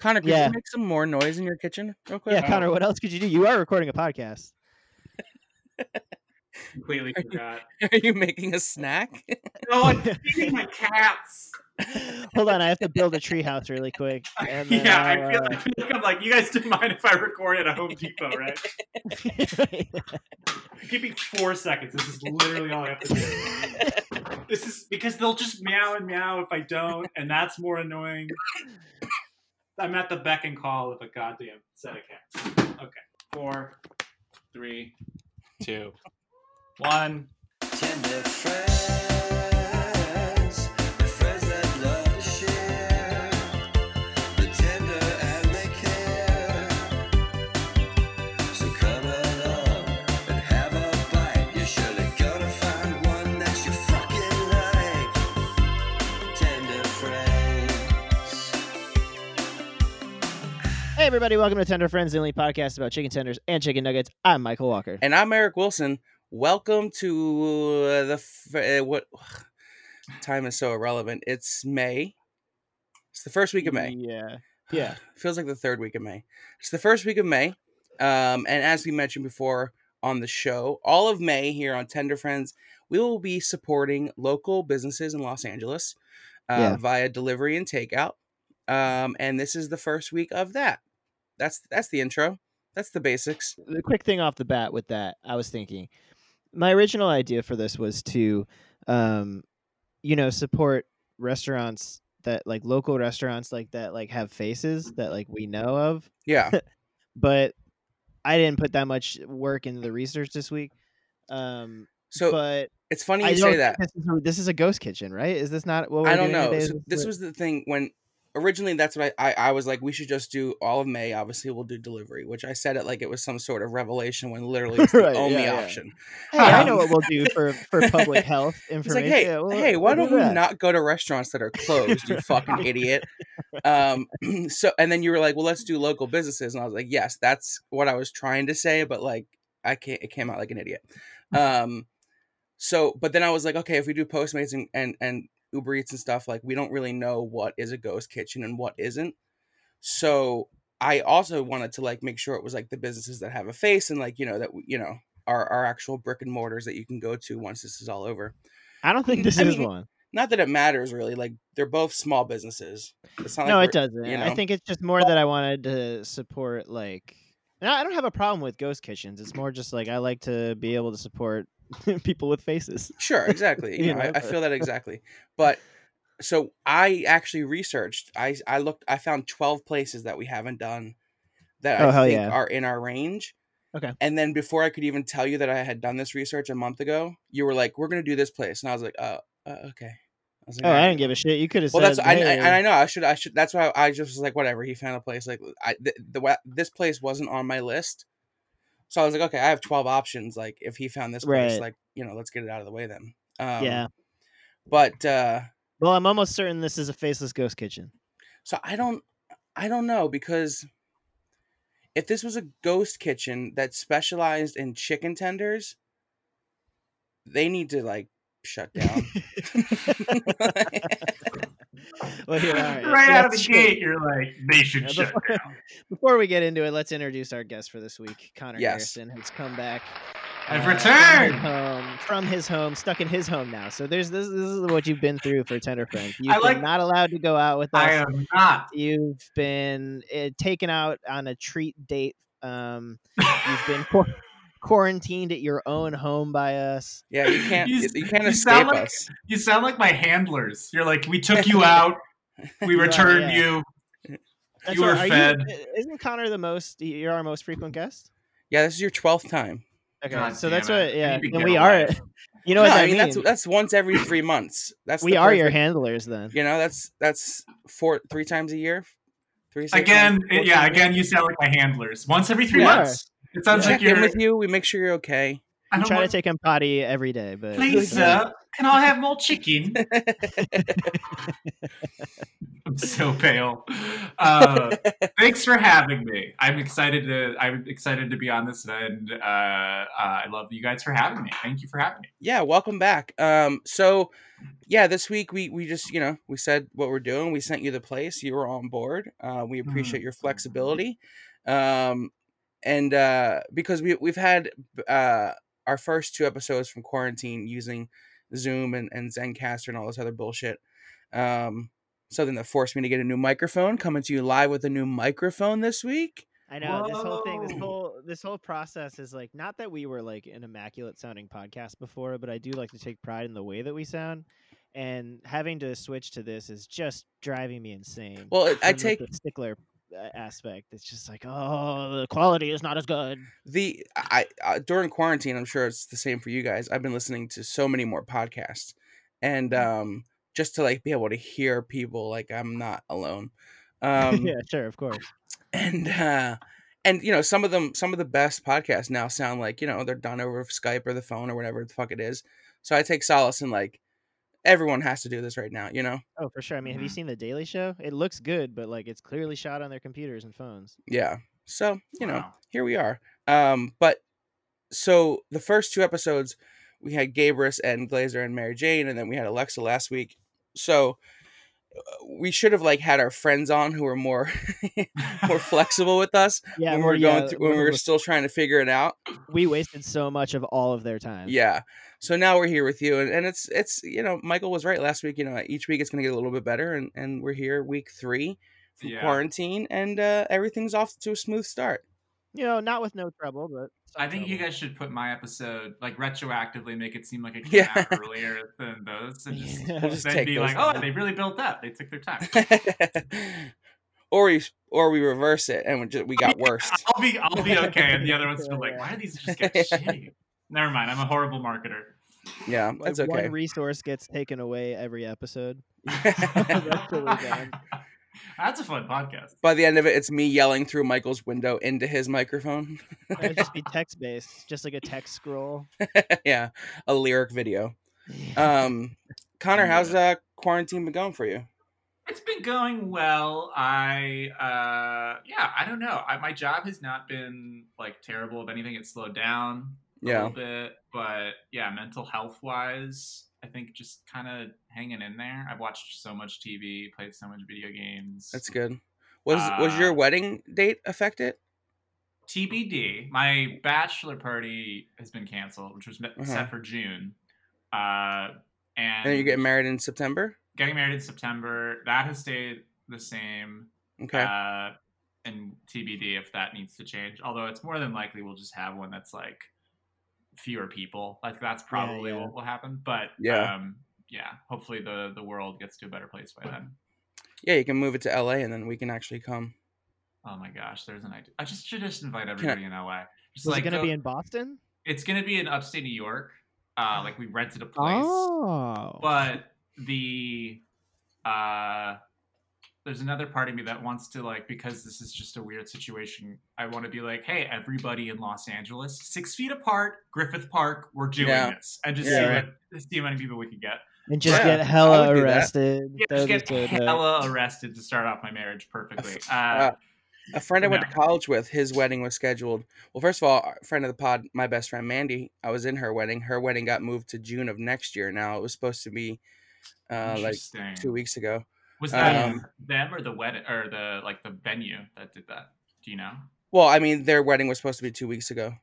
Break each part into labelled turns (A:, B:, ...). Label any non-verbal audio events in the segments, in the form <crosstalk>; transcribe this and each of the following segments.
A: Connor, could
B: Yeah.
A: you make some more noise in your kitchen real quick?
B: Yeah, Connor, what else could you do? You are recording a podcast. <laughs>
C: Completely forgot.
A: <laughs> Are you making a snack? <laughs>
C: No, I'm feeding my cats.
B: Hold on, I have to build a treehouse really quick. And then
C: Yeah, I
B: I'll,
C: feel, I feel like I'm like, you guys didn't mind if I record at a Home Depot, right?
B: uh,
C: Give me four seconds. This is literally all I have to do. This is because they'll just meow and meow if I don't, and that's more annoying. I'm at the beck and call of a goddamn set of cats. Okay. Four, three, two, one.
D: Tender friends, the friends that love to share, the tender and they care. So come along and have a bite. You're surely gonna find one that you fucking like. Tender friends.
B: <laughs> hey, everybody, welcome to Tender Friends, the only podcast about chicken tenders and chicken nuggets. I'm Michael Walker.
A: and I'm Eric Wilson. Welcome to uh, the f- uh, what <sighs> ugh, time is so irrelevant. It's May. It's the first week of May.
B: Yeah. Yeah.
A: <sighs> Feels like the third week of May. It's the first week of May. Um, and as we mentioned before on the show, all of May here on Tender Friends, we will be supporting local businesses in Los Angeles uh,
B: Yeah.
A: via delivery and takeout. Um, and this is the first week of that. That's that's the intro. That's the basics.
B: the quick thing off the bat with that, I was thinking my original idea for this was to, um, you know, support restaurants that like local restaurants like that like have faces that like we know of,
A: Yeah.
B: <laughs> but I didn't put that much work into the research this week. Um,
A: So
B: but
A: it's funny you
B: I don't
A: say
B: think
A: that.
B: This is, a, this is a ghost kitchen, right? Is this not what we're
A: I don't
B: doing
A: know.
B: Today?
A: So
B: Is
A: this <laughs>
B: what-
A: was the thing when originally that's what I, I I was like we should just do all of May. Obviously, we'll do delivery, which I said it like it was some sort of revelation when literally it's the
B: <laughs> Right,
A: only
B: yeah, yeah.
A: option.
B: Hey, I know
A: um,
B: what we'll do for
A: <laughs>
B: for public health
A: It's
B: information.
A: like, hey,
B: Yeah, we'll-
A: hey, why
B: we'll
A: don't
B: do
A: we
B: that.
A: not go to restaurants that are closed,
B: <laughs>
A: you fucking idiot? Um, <clears throat> so and then you were like, well, let's do local businesses, and I was like, yes, that's what I was trying to say, but like, I can't. It came out like an idiot. Um, so but then I was like, okay, if we do Postmates and and, and Uber Eats and stuff, like we don't really know what is a ghost kitchen and what isn't. So I also wanted to like make sure it was like the businesses that have a face and like you know that you know are are actual brick and mortars that you can go to once this is all over
B: I don't
A: <laughs>
B: think this
A: I
B: is
A: mean,
B: one.
A: not that it matters really. Like they're both small businesses. It's not
B: no,
A: like
B: it
A: we're-
B: doesn't.
A: you
B: I
A: know?
B: think it's just more that I wanted to support like. No, I don't have a problem with ghost kitchens. It's more just like I like to be able to support <laughs> people with faces.
A: Sure, exactly. you
B: <laughs> You
A: know, I,
B: know?
A: I feel that exactly. But so I actually researched. I I looked. I found twelve places that we haven't done that
B: Oh,
A: I
B: hell
A: think
B: yeah.
A: are in our range.
B: Okay.
A: And then before I could even tell you that I had done this research a month ago, you were like, "We're gonna do this place," and I was like, "Oh, uh, okay." I was like,
B: Oh,
A: "All
B: I
A: right."
B: didn't give a shit. You could have
A: Well,
B: said,
A: that's I, I
B: "Hey."
A: and I know I should I should that's why I just was like whatever he found a place like I the, the wa- this place wasn't on my list, so I was like okay I have twelve options like if he found this place
B: Right.
A: like you know let's get it out of the way then um,
B: Yeah.
A: but uh,
B: Well, I'm almost certain this is a faceless ghost kitchen.
A: so I don't I don't know because if this was a ghost kitchen that specialized in chicken tenders, they need to like
C: <laughs>
A: shut down. <laughs>
B: Well, here,
C: <laughs>
B: all
C: Right,
B: right.
C: out of the
B: Let's-
C: gate, you're like, they should
B: <laughs> Yeah,
C: shut
B: before-
C: down.
B: <laughs> Before we get into it, let's introduce our guest for this week. Connor
A: Yes.
B: Harrison has come back. uh,
C: I've
B: from his
C: returned!
B: home- from his home, stuck in his home now. So there's this. This is what you've been through for Tender Friends. You've
C: like-
B: been not allowed to go out with us.
C: I um, am not.
B: You've been uh, taken out on a treat date.
C: <laughs>
B: Um, you've been quar quarantined at your own home by us.
A: yeah, you can't
C: You
A: you,
C: s-
A: can't
C: you
A: escape
C: sound like-
A: us.
C: You sound like my handlers. You're like, we took
A: <laughs>
C: you out, we
B: are,
C: returned
B: yeah.
C: you.
B: That's
C: You
B: what-
C: are
B: are
C: fed.
B: isn't Connor the most? You're our most frequent guest.
A: Yeah, this is your twelfth time.
B: Okay,
C: God
B: so
C: damn
B: that's
C: it. I
B: what. Yeah,
C: need to
B: and
C: get
B: we
C: a
B: are.
C: life.
B: You know what
A: No,
B: that
A: I mean
B: means?
A: that's that's once every three
B: <coughs>
A: months. That's
B: we
A: the
B: are your
A: perfect-
B: handlers then.
A: You know, that's that's four three times a year. Three six months,
C: Again,
A: four
C: yeah,
A: times a year.
C: again, you sound like my handlers. Once every three
B: We are.
C: months. It sounds
A: We
C: like
A: check in
B: <laughs>
C: you're.
A: with you. We make sure you're okay.
C: I
B: We
C: don't
B: try
C: want,
B: to take him potty every day, but
C: Please,
B: uh,
C: sir, can I have more
B: <laughs>
C: chicken? I'm so pale. Uh,
E: Thanks for having me. I'm excited to I'm excited to be on this, and uh, uh, I love you guys for having me. Thank you for having me.
A: yeah welcome back um so yeah this week we we just you know we said what we're doing we sent you the place you were on board uh, we appreciate your flexibility um and uh because we we've had uh our first two episodes from quarantine using zoom and, and zencaster and all this other bullshit um something that forced me to get a new microphone coming to you live with a new microphone this week
B: I know this whole thing, this
E: Whoa.
B: whole this whole process is like not that we were like an immaculate sounding podcast before, but I do like to take pride in the way that we sound. And having to switch to this is just driving me insane.
A: well it, i
B: from, like,
A: take
B: the stickler uh, aspect. It's just like, oh, the quality is not as good.
A: the I, I during quarantine i'm sure it's the same for you guys i've been listening to so many more podcasts and um just to like be able to hear people like i'm not alone um
B: <laughs> yeah, sure, of course.
A: and uh and you know some of them some of the best podcasts now sound like you know they're done over skype or the phone or whatever the fuck it is so i take solace in like everyone has to do this right now you know
B: Oh, for sure. I mean, have you
E: Mhm.
A: mm-hmm.
B: seen the Daily Show? It looks good, but like it's clearly shot on their computers and phones.
A: yeah so you know
E: Wow.
A: here we are. Um, but so the first two episodes, we had Gabrus and Glazer and Mary Jane, and then we had Alexa last week. So uh, we should have like had our friends on who were more <laughs>
C: <laughs>
A: more flexible with us
B: <laughs> Yeah,
A: when we were going through, when we were still trying to figure it out.
B: we wasted so much of all of their time.
A: Yeah. So now we're here with you, and, and it's it's you know Michael was right last week. You know each week it's going to get a little bit better, and and we're here week three from
E: Yeah.
A: quarantine, and uh, everything's off to a smooth start.
B: you know, not with no trouble, but some
E: I think you
B: trouble.
E: guys should put my episode like retroactively, make it seem like it came
A: Yeah.
E: out earlier than those, and just
B: Yeah.
A: <laughs> We'll just
E: then
A: take
E: be
A: those
E: like,
A: out.
E: oh, they really built up. They took
A: <laughs>
E: their time.
A: or we or we reverse it and we, just, we got worse.
E: I'll be I'll be okay, and the other ones feel like,
B: Yeah.
E: why do these
A: <laughs>
E: just get shitty? Never mind. I'm a horrible marketer.
A: Yeah,
B: Like,
A: that's okay.
B: One resource gets taken away every episode.
E: <laughs>
B: That's really bad.
E: That's a fun podcast.
A: <laughs> By the end of it, it's me yelling through Michael's window into his microphone. <laughs>
B: It'd just be text based, just like a text scroll.
A: yeah, a lyric video.
E: Uh,
A: Um, Connor, how's uh, quarantine been going for you?
E: It's been going well. I uh yeah, I don't know. I, my job has not been like terrible. If anything, it's slowed down a
A: Yeah.
E: little bit. But yeah, mental health wise, I think just kind of hanging in there. I've watched so much TV, played so much video games.
A: That's good. Was was your
E: Uh,
A: wedding date affected?
E: TBD. My bachelor party has been canceled, which was met-
A: Uh-huh.
E: set for June. Uh, and
A: And then you
E: Mm.
A: get married in September.
E: getting married in September. That has stayed the same.
A: Okay.
E: Uh, and TBD if that needs to change. Although it's more than likely we'll just have one that's like fewer people. Like that's probably
B: yeah.
E: what will happen. But
A: Yeah.
E: um, yeah. Hopefully the the world gets to a better place by then.
A: yeah, you can move it to LA, and then we can actually come.
E: Oh my gosh, there's an idea. I just should just invite everybody in LA. Just
B: Was it gonna
E: go-
B: be in Boston?
E: It's gonna be in upstate New York.
B: <gasps>
E: Uh, like we rented a place,
B: Oh,
E: but the uh, there's another part of me that wants to like because this is just a weird situation. I want to be like, hey, everybody in Los Angeles, six feet apart, Griffith Park, we're doing
A: Yeah.
E: this, and just
A: Yeah,
E: see
A: right.
E: what see how many people we can get.
B: and just
A: Yeah,
B: get
A: I
B: hella
A: would do that.
B: arrested.
E: Yeah,
B: That
E: just
B: would be
E: get
B: so dope.
E: hella arrested to start off my marriage
A: <laughs>
E: perfectly. Uh,
A: uh, a friend I went to
E: No.
A: college with, his wedding was scheduled. Well, first of all, a friend of the pod, my best friend Mandy, I was in her wedding. Her wedding got moved to June of next year. Now it was supposed to be uh, like
E: interesting.
A: two weeks ago.
E: Was that
A: Um,
E: them or the wedding or the like the venue that did that? Do you know?
A: Well, I mean, their wedding was supposed to be two weeks ago,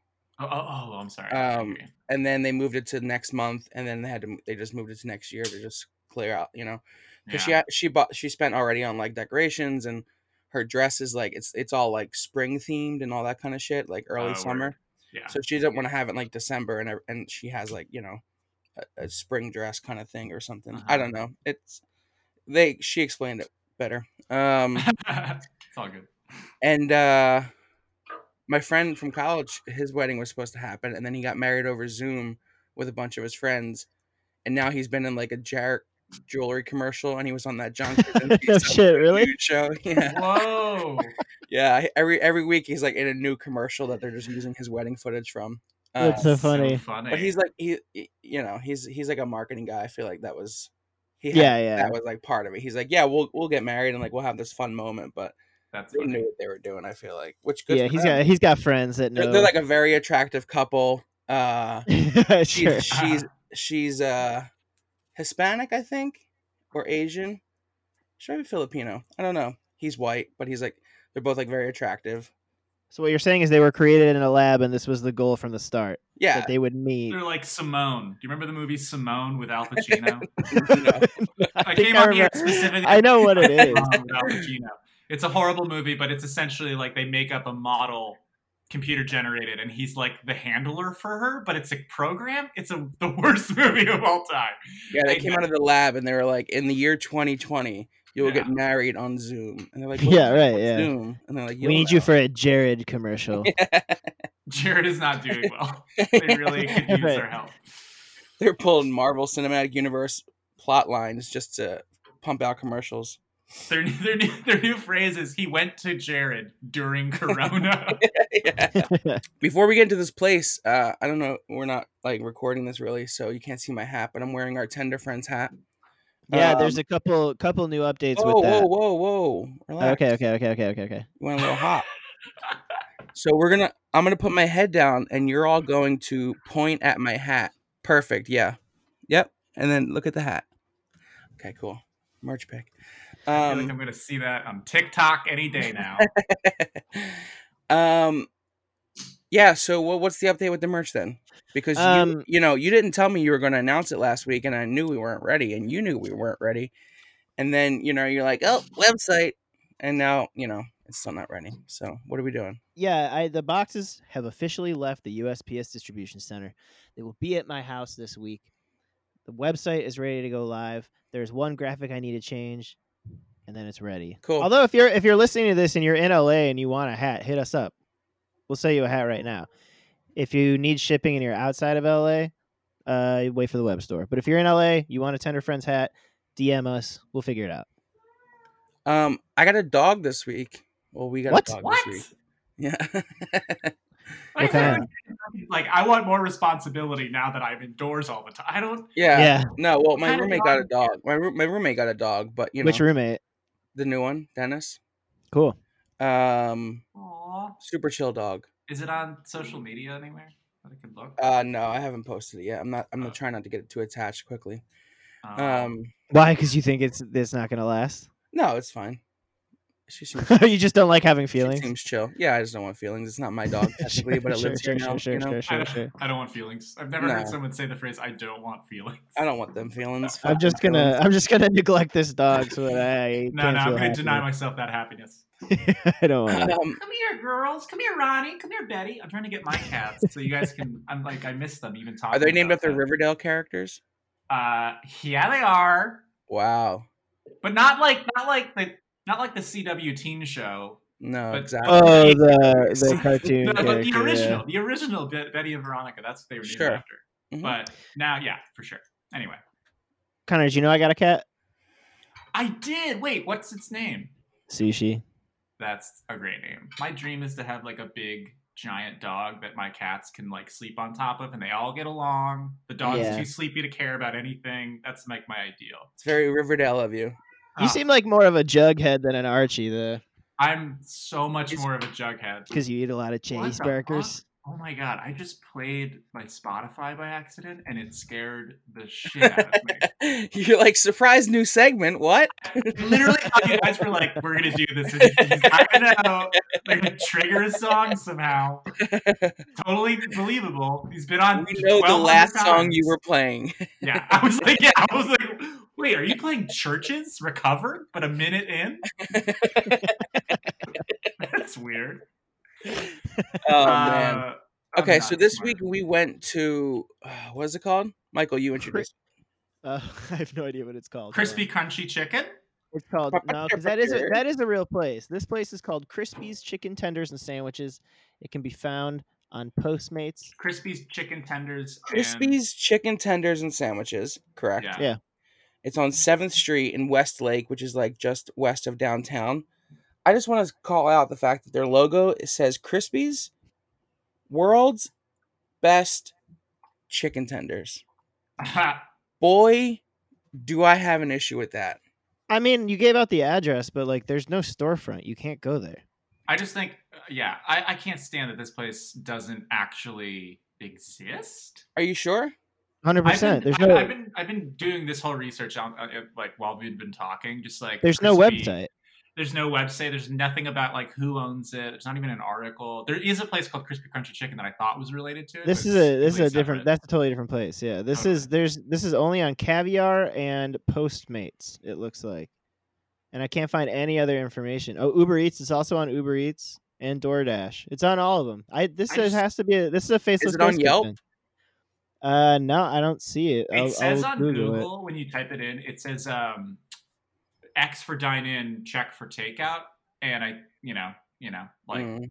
E: Oh, oh, oh I'm sorry.
A: Um,
E: Okay.
A: and then they moved it to next month, and then they had to they just moved it to next year to just clear out, you know, because she
E: Yeah.
A: had- she bought she spent already on like decorations and her dress is like it's it's all like spring themed and all that kind of shit, like early
E: Oh,
A: summer.
E: word. Yeah.
A: So she doesn't want to have it in like December, and ev- and she has like you know a, a spring dress kind of thing or something. I
E: Uh-huh.
A: don't
B: Ah.
A: know. It's they she explained it better.
B: <laughs>
A: Um,
E: <laughs> it's all good.
A: and uh, my friend from college, his wedding was supposed to happen, and then he got married over Zoom with a bunch of his friends, and now he's been in like a Jarrett jewelry commercial, and he was on that
B: <laughs>
A: John
B: no
A: Krasinski
B: shit, really?
A: show. <laughs> Yeah,
E: Whoa.
A: yeah. Every every week he's like in a new commercial that they're just using his wedding footage from. Uh,
B: That's so funny.
E: funny.
A: but he's like he he- you know he's he's like a marketing guy i feel like that was he had,
B: Yeah, yeah.
A: that was like part of it he's like yeah we'll we'll get married and like we'll have this fun moment but
E: That's
A: They
E: funny.
A: knew what they were doing. I feel like, which good
B: yeah,
A: for
B: he's
A: them.
B: got he's got friends that know.
A: They're,
B: <laughs>
A: they're like a very attractive couple. Uh, she's
B: sure. <laughs>
A: she's she's uh Hispanic, I think, or Asian. She might be Filipino. I don't know. He's white, but he's like they're both like very attractive.
B: So what you're saying is they were created in a lab, and this was the goal from the start
A: Yeah,
B: that they would meet.
E: They're like Simone. Do you remember the movie Simone
A: <laughs>
E: with Al Pacino?
A: no.
E: I
B: think <laughs>
E: came
B: I
E: on here
B: remember-
E: specifically.
B: I know what
E: <laughs>
B: it is.
E: Simone with Al Pacino. It's a horrible movie, but it's essentially like they make up a model, computer generated, and he's like the handler for her. But it's a program. It's a the <laughs> worst movie of all time.
A: yeah. They
E: I
A: came
E: know.
A: out of the lab and they were like, in the year 2020, you will get
E: Yeah.
A: married on Zoom. And they're
B: <laughs>
A: like,
B: Yeah,
A: "What-
B: right,
A: what's
B: yeah.
A: Zoom. And they're like,
B: We need you for a Jared <laughs> commercial.
E: Jared is
B: <laughs>
E: not doing well. <laughs> They really could use
B: Right.
E: our help.
A: <laughs> they're pulling Marvel Cinematic Universe plot lines just to pump out commercials. <laughs>
E: Their new- their new their new phrase is he went to Jared
B: <laughs>
E: during
B: Um,
E: Corona.
A: Yeah. Before we get into this place, uh, I don't know. We're not like recording this really, so you can't see my hat, but I'm wearing our tender friends hat.
B: yeah,
A: Um,
B: there's a couple couple new updates
A: whoa,
B: with that.
A: whoa, whoa, whoa! Relax.
B: Okay, okay, okay, okay, okay, okay.
A: You went a little hot. so we're gonna. I'm gonna put my head down, and you're all going to point at my hat. Perfect. Yeah. Yep. And then look at the hat. Okay. Cool. Merch pick.
E: I feel like I'm going to see that on TikTok any day now.
B: <laughs>
A: <laughs> um yeah so what, what's the update with the merch then because you,
B: Um,
A: you know you didn't tell me you were going to announce it last week and i knew we weren't ready and you knew we weren't ready and then you know you're like oh website and now you know it's still not ready so what are we doing
B: Yeah, I the boxes have officially left the USPS distribution center. They will be at my house this week. The website is ready to go live. There's one graphic I need to change, and then it's ready.
A: Cool.
B: Although if you're if you're listening to this and you're in LA and you want a hat, hit us up. We'll sell you a hat right now. If you need shipping and you're outside of LA, uh, you wait for the web store. But if you're in LA, you want a Tender Friends hat, DM us. We'll figure it out.
A: um i got a dog this week well we got
B: What?
A: a dog
E: what?
A: this week yeah <laughs>
E: Why is
B: Okay.
E: everyone getting- Like I want more responsibility now that I'm indoors all the time. I don't.
A: yeah
B: yeah.
A: no well my
E: Kinda
A: roommate got a dog my, roo- my roommate got a dog but you know
B: Which roommate?
A: the new one dennis
B: Cool.
A: um
E: Aw.
A: super chill dog
E: Is it on social media anywhere that I can look?
A: Uh, no, I haven't posted it yet. I'm not. I'm
E: Oh.
A: not trying not to get it too attached quickly.
E: Um,
A: Um,
B: Why? Because you think it's it's not gonna last. <laughs>
A: no, it's fine. She seems.
B: you just don't like having
A: she
B: feelings.
A: seems chill. Yeah, I just don't want feelings. It's not my dog technically, but it
B: <laughs> Sure,
A: lives
B: sure,
A: here now.
B: sure,
A: you know?
B: sure,
A: <laughs>
E: I
B: sure,
E: don't,
B: sure.
E: I don't want feelings. I've never heard
A: No.
E: someone say the phrase "I don't want feelings."
A: I don't want them feelings. Um, fuck <laughs>
B: I'm
A: them
B: just gonna
A: feelings.
B: I'm just gonna <laughs> neglect this dog so that
A: <laughs>
B: I
E: <laughs> No,
B: can't
E: no, I'm
B: feel
E: going to deny
B: happy.
E: myself that happiness.
B: <laughs> I don't
A: <laughs>
B: want. It.
A: Um,
E: Come here, girls. Come here, Ronnie. Come here, Betty. I'm trying to get my cats so you guys can. I'm like, I miss them even talking.
A: are they named
E: about
A: after
E: them.
A: Riverdale characters?
E: Uh, yeah, they are,
A: Wow.
E: but not like not like the not like the CW teen show.
A: No,
E: But-
A: exactly.
B: Oh, the the
A: <laughs>
B: cartoon
E: No, but the
B: character,
E: original, the original Bet- Betty and Veronica. That's what they were named
A: Sure.
E: after.
A: Mhm.
E: But now, yeah, for sure. Anyway,
B: yeah. Connor, did you know I got a cat?
E: I did. Wait, what's its name?
B: Sushi.
E: That's a great name. My dream is to have like a big giant dog that my cats can like sleep on top of and they all get along. The dog's
B: Yeah.
E: too sleepy to care about anything. That's like my ideal.
A: it's very Riverdale of you. <laughs>
E: Ah,
B: You seem like more of a jughead than an Archie, the
E: I'm so much
A: Is-
E: more of a jughead.
B: because you eat a lot of
E: the fuck?
B: cheeseburgers.
E: Oh my god, I just played my Spotify by accident and it scared the shit out of me.
A: You're like surprise new segment. What?
E: Literally, how you guys were like, we're gonna do this. And he's- I don't know. They're gonna trigger a song somehow. Totally believable. He's been on.
A: We know the
E: 1,200
A: last song you
E: times.
A: were
E: <laughs>
A: playing. <laughs>
E: Yeah, I was like, yeah, I was like, wait, are you playing churches recover? But a minute in, that's weird.
A: Oh
E: Uh,
A: man.
E: I'm
A: Okay,
E: not
A: so this
E: smart.
A: week we went to uh, what is it called? Michael, you introduced.
B: Uh, <laughs> I have no idea what it's called. hold on.
E: crispy crunchy chicken.
B: It's called no, because that is a,
A: Motherfucker.
B: that is a real place. This place is called Crispy's Chicken Tenders and Sandwiches. It can be found on Postmates.
E: Crispy's chicken tenders. and-
A: Crispy's chicken tenders and sandwiches, correct?
E: Yeah.
B: Yeah.
A: It's on 7th Street in Westlake, which is like just west of downtown. I just want to call out the fact that their logo it says Crispy's World's Best
E: <laughs>
A: Chicken Tenders. Boy, do I have an issue with that.
B: I mean, you gave out the address, but like, there's no storefront. You can't go there.
E: I just think, uh, yeah, I, I can't stand that this place doesn't actually exist.
A: Are you sure?
B: Hundred
E: I've
B: percent.
E: been-
B: There's
E: I-
B: no.
E: I've been I've been doing this whole research on uh, uh, like while we've been talking, just like
B: there's no
E: crispy-
B: website.
E: There's no website. There's nothing about like who owns it. There's not even an article. There is a place called Crispy Crunchy Chicken that I thought was related to it.
B: This
E: but
B: is
E: it's
B: a this is a
E: completely
B: different.
E: separate.
B: That's a totally different place. Yeah. This
E: Okay.
B: is there's this is only on Caviar and Postmates. It looks like, and I can't find any other information. Oh, Uber Eats is also on Uber Eats and DoorDash. It's on all of them. I this
E: I
B: is-
E: just-
B: has to be a, this is a faceless.
A: it on
B: ghost
A: Yelp?
B: kitchen. Uh, no, I don't see it.
E: It
B: I'll-
E: says
B: I'll
E: on
B: Google
E: Google,
B: it.
E: when you type it in, it says um, X for dine in, check for takeout, and I, you know, you know, like
A: Mm.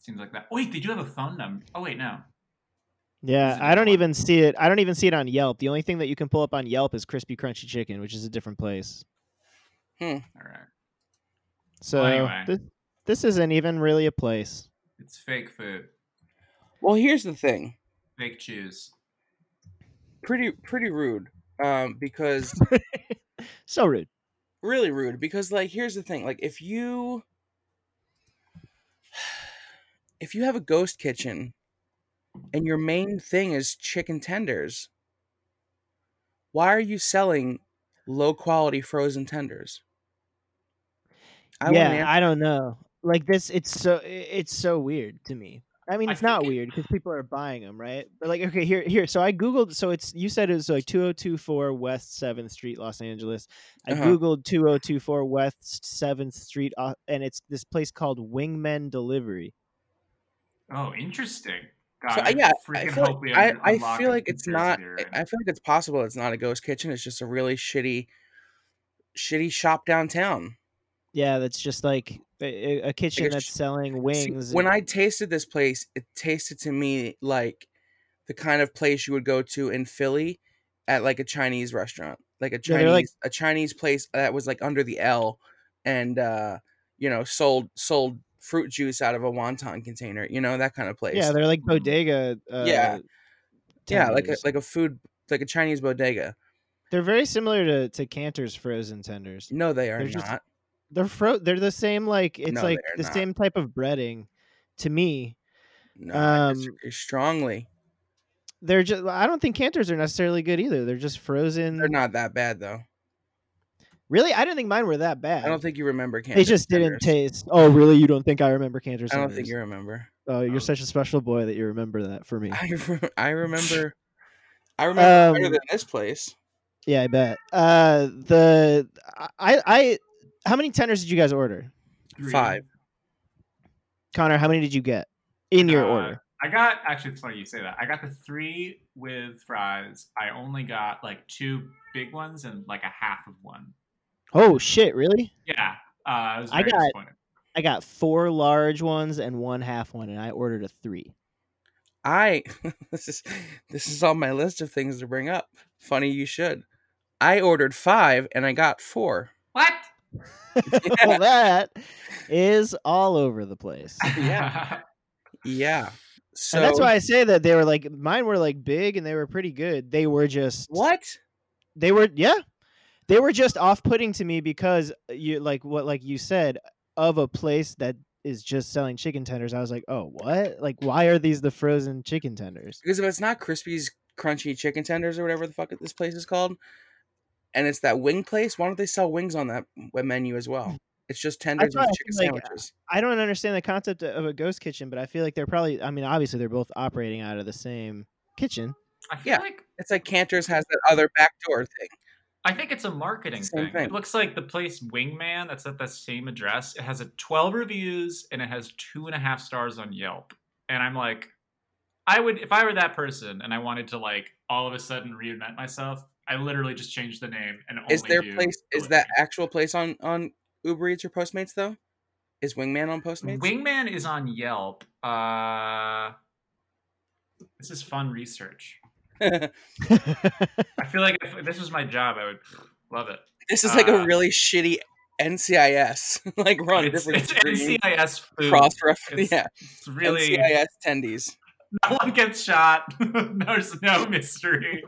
E: seems like that. Oh, Wait, they do have a phone number. Oh wait, no.
B: Yeah,
E: Is it
B: I don't
E: on-
B: even see it. I don't even see it on Yelp. The only thing that you can pull up on Yelp is crispy crunchy chicken, which is a different place.
E: All right,
B: So
E: anyway.
B: this, this isn't even really a place.
E: it's fake food,
A: Well, here's the thing.
E: fake cheese.
A: Pretty pretty rude. Um, because
B: So rude.
A: really rude because like here's the thing like if you <sighs> if you have a ghost kitchen and your main thing is chicken tenders why are you selling low quality frozen tenders want an
B: yeah,
A: answer.
B: I don't know. Like this, it's so i- it's so weird to me. I mean,
E: I
B: it's not
E: think it-
B: weird because people are buying them, right? But like, okay, here, here. So I googled. So it's you said it was like two zero two four West Seventh Street, Los Angeles. I
A: Uh-huh.
B: googled two zero two four West Seventh Street, uh, and it's this place called Wingmen Delivery.
E: Oh, interesting. God,
A: So,
E: I
A: yeah, I
E: freaking
A: feel
E: hope we
A: I,
E: un-
A: I
E: unlock
A: feel
E: a
A: like it's
E: conspiracy
A: not.
E: theory right
A: I
E: now.
A: feel like it's possible it's not a ghost kitchen. It's just a really shitty, shitty shop downtown.
B: Yeah, that's just like a, a- a kitchen
A: sh-
B: that's selling
A: See,
B: wings.
A: when
B: and-
A: I tasted this place, it tasted to me like the kind of place you would go to in Philly at like a Chinese restaurant, like a
B: Yeah,
A: Chinese
B: they're like-
A: a Chinese place that was like under the L, and uh, you know sold sold fruit juice out of a wonton container, you know that kind of place.
B: yeah, they're like
E: Mm.
B: bodega. Uh,
A: Yeah. yeah, like a,
B: tenders.
A: like a food like a Chinese bodega.
B: they're very similar to to Cantor's frozen tenders.
A: No, they are
B: They're just-
A: not.
B: They're fro. They're the same. Like it's
A: No,
B: like
A: they're
B: the
A: not.
B: same type of breading. To me,
A: No, I
B: um,
A: disagree strongly.
B: they're just. I don't think Cantor's are necessarily good either. They're just frozen.
A: They're not that bad though.
B: Really, I didn't think mine were that bad.
A: I don't think you remember.
B: they
A: Candace
B: just didn't
A: Tenders.
B: taste. Oh, really? You don't think I remember Cantor's?
A: I don't think
B: tenders?
A: you remember. <laughs>
B: Oh, you're
E: Oh.
B: such a special boy that you remember that for me.
A: I, rem- I
B: <laughs>
A: remember. I remember better
B: Um,
A: than this place.
B: Yeah, I bet. Uh, the I I how many tenders did you guys order,
E: Three.
A: Five.
B: Connor? How many did you get in your
E: Uh,
B: order?
E: I got actually it's funny you say that. I got the three with fries. I only got like two big ones and like a half of one.
B: Oh shit! Really?
E: Yeah. Uh, I was
B: I
E: very
B: got-
E: disappointed.
B: I got four large ones and one half one, and I ordered a three.
A: I <laughs> this is this is on my list of things to bring up. Funny you should. I ordered five and I got four.
E: What?
A: <laughs>
B: Well, that is all over the place.
A: Yeah. Yeah. So
B: and that's why I say that they were like mine were like big and they were pretty good. They were just
A: what?
B: They were yeah. They were just off-putting to me because uh, you like what like you said of a place that is just selling chicken tenders. I was like, "Oh, what? Like why are these the frozen chicken tenders?"
A: Because if it's not Crispy's crunchy chicken tenders or whatever the fuck this place is called, and it's that wing place, why don't they sell wings on that w- menu as well? It's just tenders
B: why I
A: with chicken
B: feel like, uh,
A: sandwiches.
B: I don't understand the concept of a ghost kitchen, but I feel like they're probably I mean, obviously they're both operating out of the same kitchen.
E: <laughs>
B: <laughs>
E: I feel
A: Yeah.
E: like
A: It's like Cantor's has that other backdoor thing.
E: I think it's a marketing
A: Same
E: thing.
A: thing.
E: It looks like the place Wingman, that's at that same address. It has a 12 reviews and it has two and a half stars on Yelp. And I'm like, I would, if I were that person and I wanted to like all of a sudden reinvent myself, I literally just changed the name and only
A: Is their
E: do
A: place? Is
E: delivery.
A: that actual place on on Uber Eats or Postmates though? Is Wingman on Postmates?
E: Wingman is on Yelp. Uh, this is fun research. I feel like if this was my job, I would love it.
A: <laughs> this is like a
E: Uh,
A: really shitty NCIS. <laughs> like we're on
E: It's,
A: different
E: it's
A: screens,
E: NCIS food.
A: cross <laughs> reference.
E: It's
A: Yeah,
E: It's really <laughs>
A: NCIS attendees.
E: no one gets shot. There's no mystery.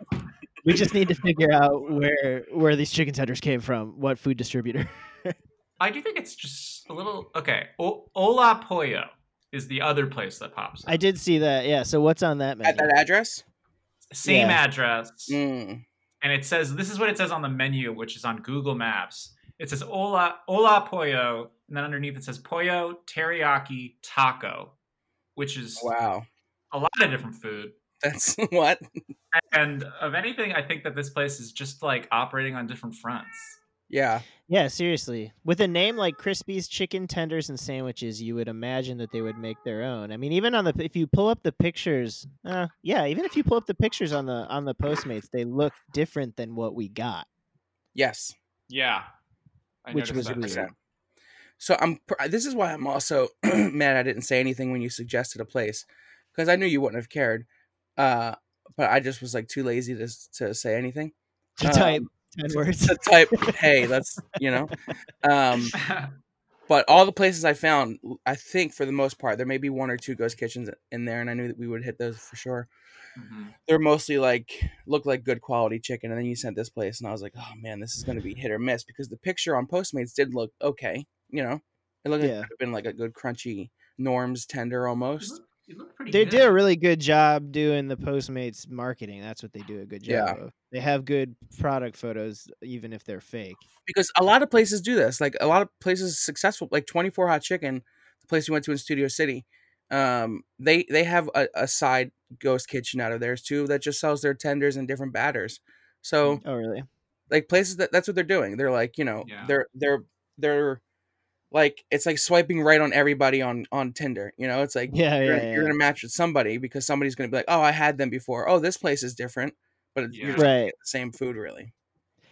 B: we just need to figure out where where these chicken tenders came from. What food distributor? <laughs>
E: I do think it's just a little okay. O- Ola Pollo is the other place that pops. Up.
B: I did see that. Yeah. So what's on that menu?
A: At that address?
E: Same
B: yeah.
E: address,
A: Mm.
E: and it says this is what it says on the menu, which is on Google Maps. It says Ola Ola Pollo, and then underneath it says Pollo Teriyaki Taco, which is
A: Wow.
E: a lot of different food.
A: That's <laughs> what?
E: And of anything, I think that this place is just like operating on different fronts.
A: Yeah.
B: Yeah, seriously. With a name like Crispy's Chicken Tenders and Sandwiches, you would imagine that they would make their own. I mean, even on the if you pull up the pictures, uh, yeah, even if you pull up the pictures on the on the Postmates, they look different than what we got.
A: Yes.
E: Yeah, I
B: Which was
E: noticed that.
B: weird.
E: <laughs>
A: percent. So I'm. pr- This is why I'm also <clears throat> mad. I didn't say anything when you suggested a place, because I knew you wouldn't have cared. Uh, but I just was like too lazy to s- to say anything.
B: To
A: Um,
B: type <laughs> ten
A: <laughs>
B: words.
A: To type, hey, that's you know. Um, but all the places I found, I think for the most part, there may be one or two ghost kitchens in there, and I knew that we would hit those for sure.
E: Mhm.
A: They're mostly like look like good quality chicken, and then you sent this place, and I was like, oh man, this is gonna be hit or miss because the picture on Postmates did look okay. You know, it looked like
B: Yeah.
A: it could have been like a good crunchy Norm's tender almost.
E: You look pretty
B: They
E: good.
B: did a really good job doing the Postmates marketing. That's what they do a good job
A: Yeah.
B: of. They have good product photos, even if they're fake.
A: because a lot of places do this. Like a lot of places successful, like Twenty Four Hot Chicken, the place we went to in Studio City, um, they they have a, a side ghost kitchen out of theirs too that just sells their tenders and different batters. So
B: Oh, really?
A: like places that that's what they're doing. They're like you know
E: Yeah.
A: they're they're they're like it's like swiping right on everybody on on Tinder. You know it's like
B: Yeah,
A: you're,
B: yeah, yeah.
A: you're gonna match with somebody because somebody's gonna be like, oh, I had them before. Oh, this place is different, but it's, you're
E: Yeah.
A: just gonna
B: Right.
A: get the same food really.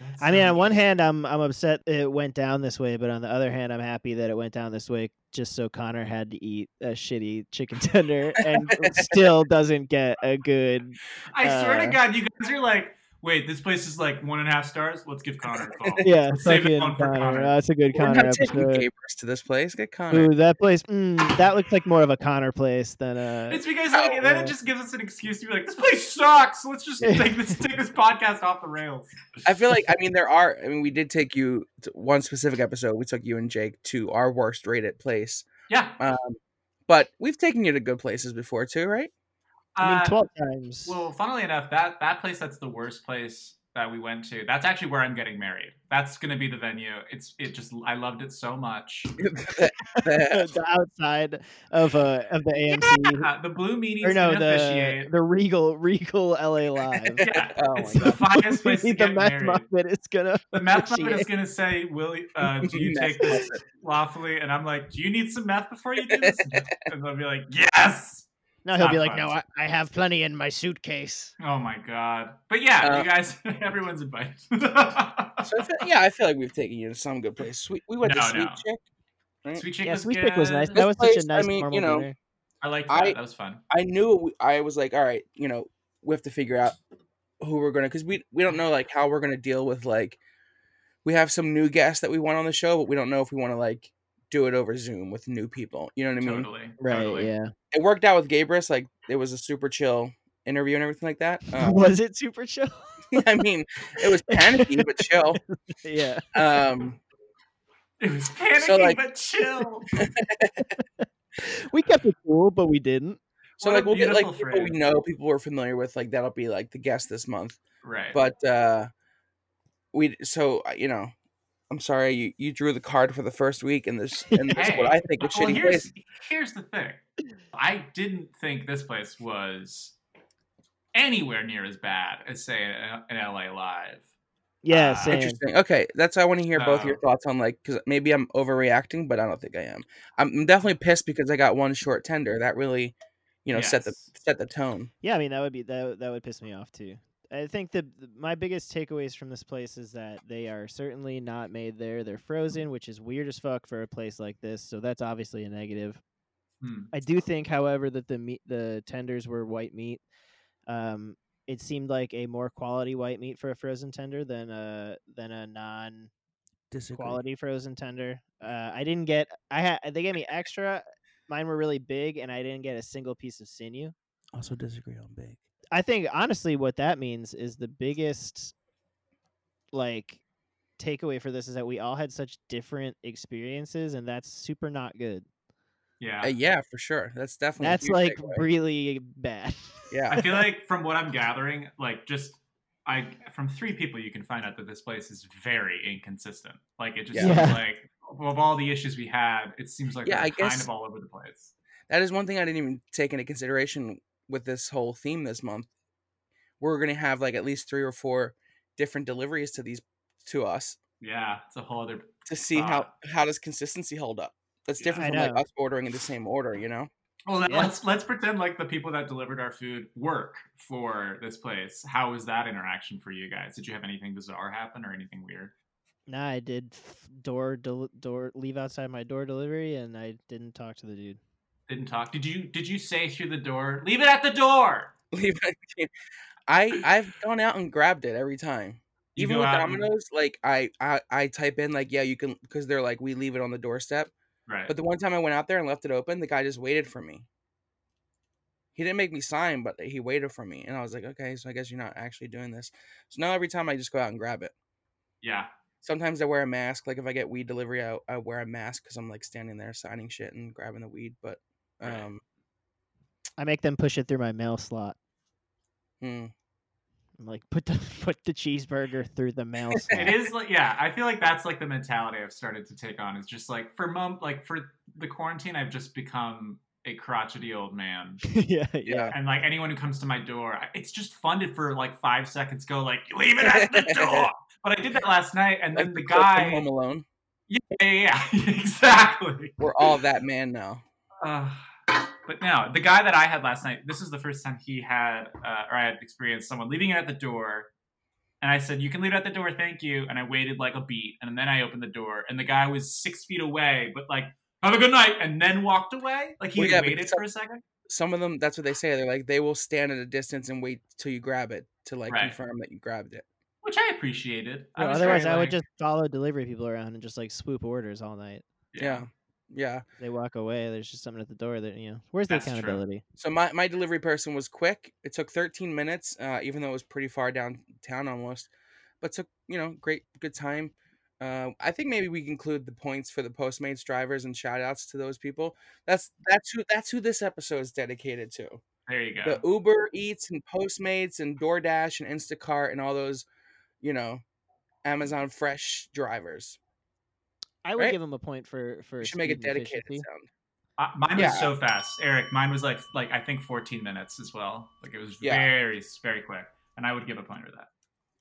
E: That's
B: I mean,
E: so
A: <laughs>
B: on one hand, I'm I'm upset it went down this way, but on the other hand, I'm happy that it went down this way just so Connor had to eat a shitty chicken <laughs> tender
A: <laughs>
B: and still doesn't get a good.
E: I swear
B: Uh,
E: to God, you guys are like, wait, this place is like one and a half stars. Let's give Connor a
B: <laughs>
E: call.
B: Yeah,
E: Save that
B: fucking
E: one
B: Connor.
E: for Connor.
B: That's a good
A: We're
B: Connor
A: not taking
B: episode.
A: capers to this place. Get e-, Connor.
B: Ooh, that place. Mm, that looks like more of a Connor place than a.
E: It's because like,
B: Oh,
E: then
B: yeah.
E: it just gives us an excuse to be like, this place sucks. Let's just take this take this podcast off the rails.
A: I feel like I mean there are. I mean, we did take you to one specific episode. We took you and Jake to our worst rated place,
E: <laughs> Yeah.
A: but we've taken you to good places before too, right? <laughs>
B: I mean,
E: uh,
B: twelve times.
E: well, funnily enough, that that place that's the worst place that we went to. That's actually where I'm getting married. That's gonna be the venue. It's it just I loved it so much.
A: The-
E: <laughs>
A: the-
B: <laughs> the outside of uh of the AMC
E: Uh, the blue meanie's
B: or no
E: gonna
B: the
E: officiate.
B: the Regal Regal LA Live.
E: yeah,
A: <laughs> oh my
E: it's uh,
A: god!
B: <laughs>
E: the
A: <laughs>
E: finest place to
B: the
E: get
B: meth
E: married.
B: muffin is gonna.
E: The math puppet
B: officiate.
E: is gonna say,
A: <laughs>
E: "Will you- uh, do you
A: Meth
E: take this lawfully?" And I'm like, "Do you need some math before you do this?"
A: <laughs>
E: And they'll be like, "Yes."
B: No,
E: It's
B: he'll
E: not
B: be like, no,
E: fun.
B: I, I have plenty in my suitcase.
E: Oh my god! But yeah,
A: Uh,
E: you guys,
A: <laughs>
E: <laughs> everyone's invited.
A: So I feel, yeah, I feel like we've taken you to some good place. We, we went to
E: No,
A: Sweet
E: no.
A: Chick.
E: Sweet chick
B: Yeah,
E: was
B: sweet
E: good.
B: chick was nice.
A: This
B: That was such
A: place,
B: a
A: I
B: nice,
A: mean, you
B: normal
A: know,
B: dinner.
E: I liked that.
A: I-
E: that was fun.
A: I knew we, I was like, all right, you know, we have to figure out who we're gonna because we we don't know like how we're gonna deal with like we have some new guests that we want on the show, but we don't know if we want to like do it over Zoom with new people. You know what I mean?
E: Totally.
B: Right?
E: Totally.
B: Yeah.
A: it worked out with Gabris. Like it was a super chill interview and everything like that.
E: <laughs>
A: Um, <laughs>
B: <laughs> was it super chill?
A: I mean, it was panicky but chill.
B: yeah.
A: Um,
E: It was panicking
A: like- <laughs>
E: but chill.
B: We kept it cool, but we didn't.
A: so
E: What a
A: like we'll get like
E: beautiful
A: people we
E: phrase.
A: know, people we're familiar with. Like that'll be like the guest this month.
E: Right.
A: But uh we so uh, you know, I'm sorry you, you drew the card for the first week and
E: <laughs>
A: this and this what
E: Hey,
A: I think was
E: well,
A: shitty place.
E: here's here's the thing. I didn't think this place was anywhere near as bad as say an an LA Live.
B: Yeah,
E: Ah.
B: same.
A: Interesting. Okay, that's I want to hear both your
E: So-
A: thoughts on like because maybe I'm overreacting, but I don't think I am. I'm I'm definitely pissed because I got one short tender that really, you know, set the
E: Yes.
A: set the tone.
B: Yeah, I mean that would be that would- that would piss me off too. I think the the- my biggest takeaways from this place is that they are certainly not made there. They're frozen, which is weird as fuck for a place like this. So that's obviously a negative.
E: Hmm.
B: I do think, however, that the meat, the tenders were white meat. Um, it seemed like a more quality white meat for a frozen tender than a than a non quality frozen tender. Uh, I didn't get. I had. They gave me extra. Mine were really big, and I didn't get a single piece of sinew.
A: Also disagree on big.
B: I think honestly, what that means is the biggest like takeaway for this is that we all had such different experiences, and that's super not good.
A: Uh,
E: Yeah.
A: yeah, for sure. That's definitely a
B: That's
A: huge
B: like
A: takeaway.
B: really bad. <laughs>
A: yeah. <laughs>
E: I feel like from what I'm gathering, like just I from three people you can find out that this place is very inconsistent. Like it just
A: Yeah.
E: seems
B: Yeah.
E: like of all the issues we had, it seems like
A: Yeah,
E: they're
A: I
E: kind
A: guess-
E: of all over the place.
A: That is one thing I didn't even take into consideration with this whole theme this month. We're gonna have like at least three or four different deliveries to these to us
E: Yeah, it's a whole other
A: to see how how does consistency hold up. That's
E: Yeah.
A: different
B: I
A: from
B: know.
A: like us ordering in the same order, you know. <laughs>
E: Well, then
B: Yeah.
E: let's let's pretend like the people that delivered our food work for this place. How was that interaction for you guys? Did you have anything bizarre happen or anything weird?
B: Nah, I did f- door del- door leave outside my door delivery, and I didn't talk to the dude.
E: Didn't talk. Did you did you say through the door? Leave it at the door.
A: Leave it- I I've gone out and grabbed it every time.
E: You
A: Even
E: go
A: with
E: out and-
A: Domino's, like I, I I type in like yeah you can because they're like we leave it on the doorstep.
E: right.
A: But the one time I went out there and left it open, the guy just waited for me. He didn't make me sign, but he waited for me, and I was like, okay, so I guess you're not actually doing this. So now every time I just go out and grab it.
E: yeah.
A: <laughs> Sometimes I wear a mask. Like if I get weed delivery, I, I wear a mask because I'm like standing there signing shit and grabbing the weed. But
E: Right.
A: um,
B: I make them push it through my mail slot.
A: hmm.
B: I'm like, put the <laughs> put the cheeseburger through the mail slot.
E: <laughs> It is like yeah, I feel like that's like the mentality I've started to take on. Is just like for mom, like for the quarantine, I've just become a crotchety old man.
B: <laughs>
E: <laughs>
B: yeah, yeah.
A: yeah,
E: And like anyone who comes to my door, I- it's just fun to for like five seconds go like leave it at
B: <laughs>
E: the door. But I did that last night, and
A: Like
E: then the
A: clip from
E: guy
A: Home Alone.
E: Yeah, <laughs> yeah, yeah. <laughs> exactly. <laughs>
A: We're all that man now.
E: Uh, but no, the guy that I had last night, this is the first time he had, uh, or I had experienced someone leaving it at the door. And I said, You can leave it at the door, thank you. And I waited like a beat. And then I opened the door, and the guy was six feet away, but like, Have a good night. And then walked away. Like he
A: Well, yeah, but
E: waited
A: some-
E: for a second.
A: Some of them, that's what they say. They're like they will stand at a distance and wait till you grab it to like
E: Right.
A: confirm that you grabbed it.
E: Which I appreciated. I
B: Well,
E: was
B: otherwise,
E: very,
B: I would
E: like-
B: just follow delivery people around and just like swoop orders all night.
A: Yeah, yeah.
B: They walk away. There's just something at the door that you know. Where's the
E: That's true.
B: accountability?
A: So my, my delivery person was quick. It took 13 minutes, uh, even though it was pretty far downtown almost, but took you know great good time. Uh, I think maybe we include the points for the Postmates drivers and shout outs to those people. That's that's who that's who this episode is dedicated to.
E: There you go.
A: The Uber Eats and Postmates and DoorDash and Instacart and all those, you know, Amazon Fresh drivers.
B: I would
A: Right?
B: give them a point for for.
A: We should make a
B: speed and
A: dedicated
B: efficiency.
A: sound.
E: Uh, mine
A: Yeah.
E: was so fast, Eric. Mine was like like I think 14 minutes as well. Like it was
A: Yeah.
E: very very quick, and I would give a point for that.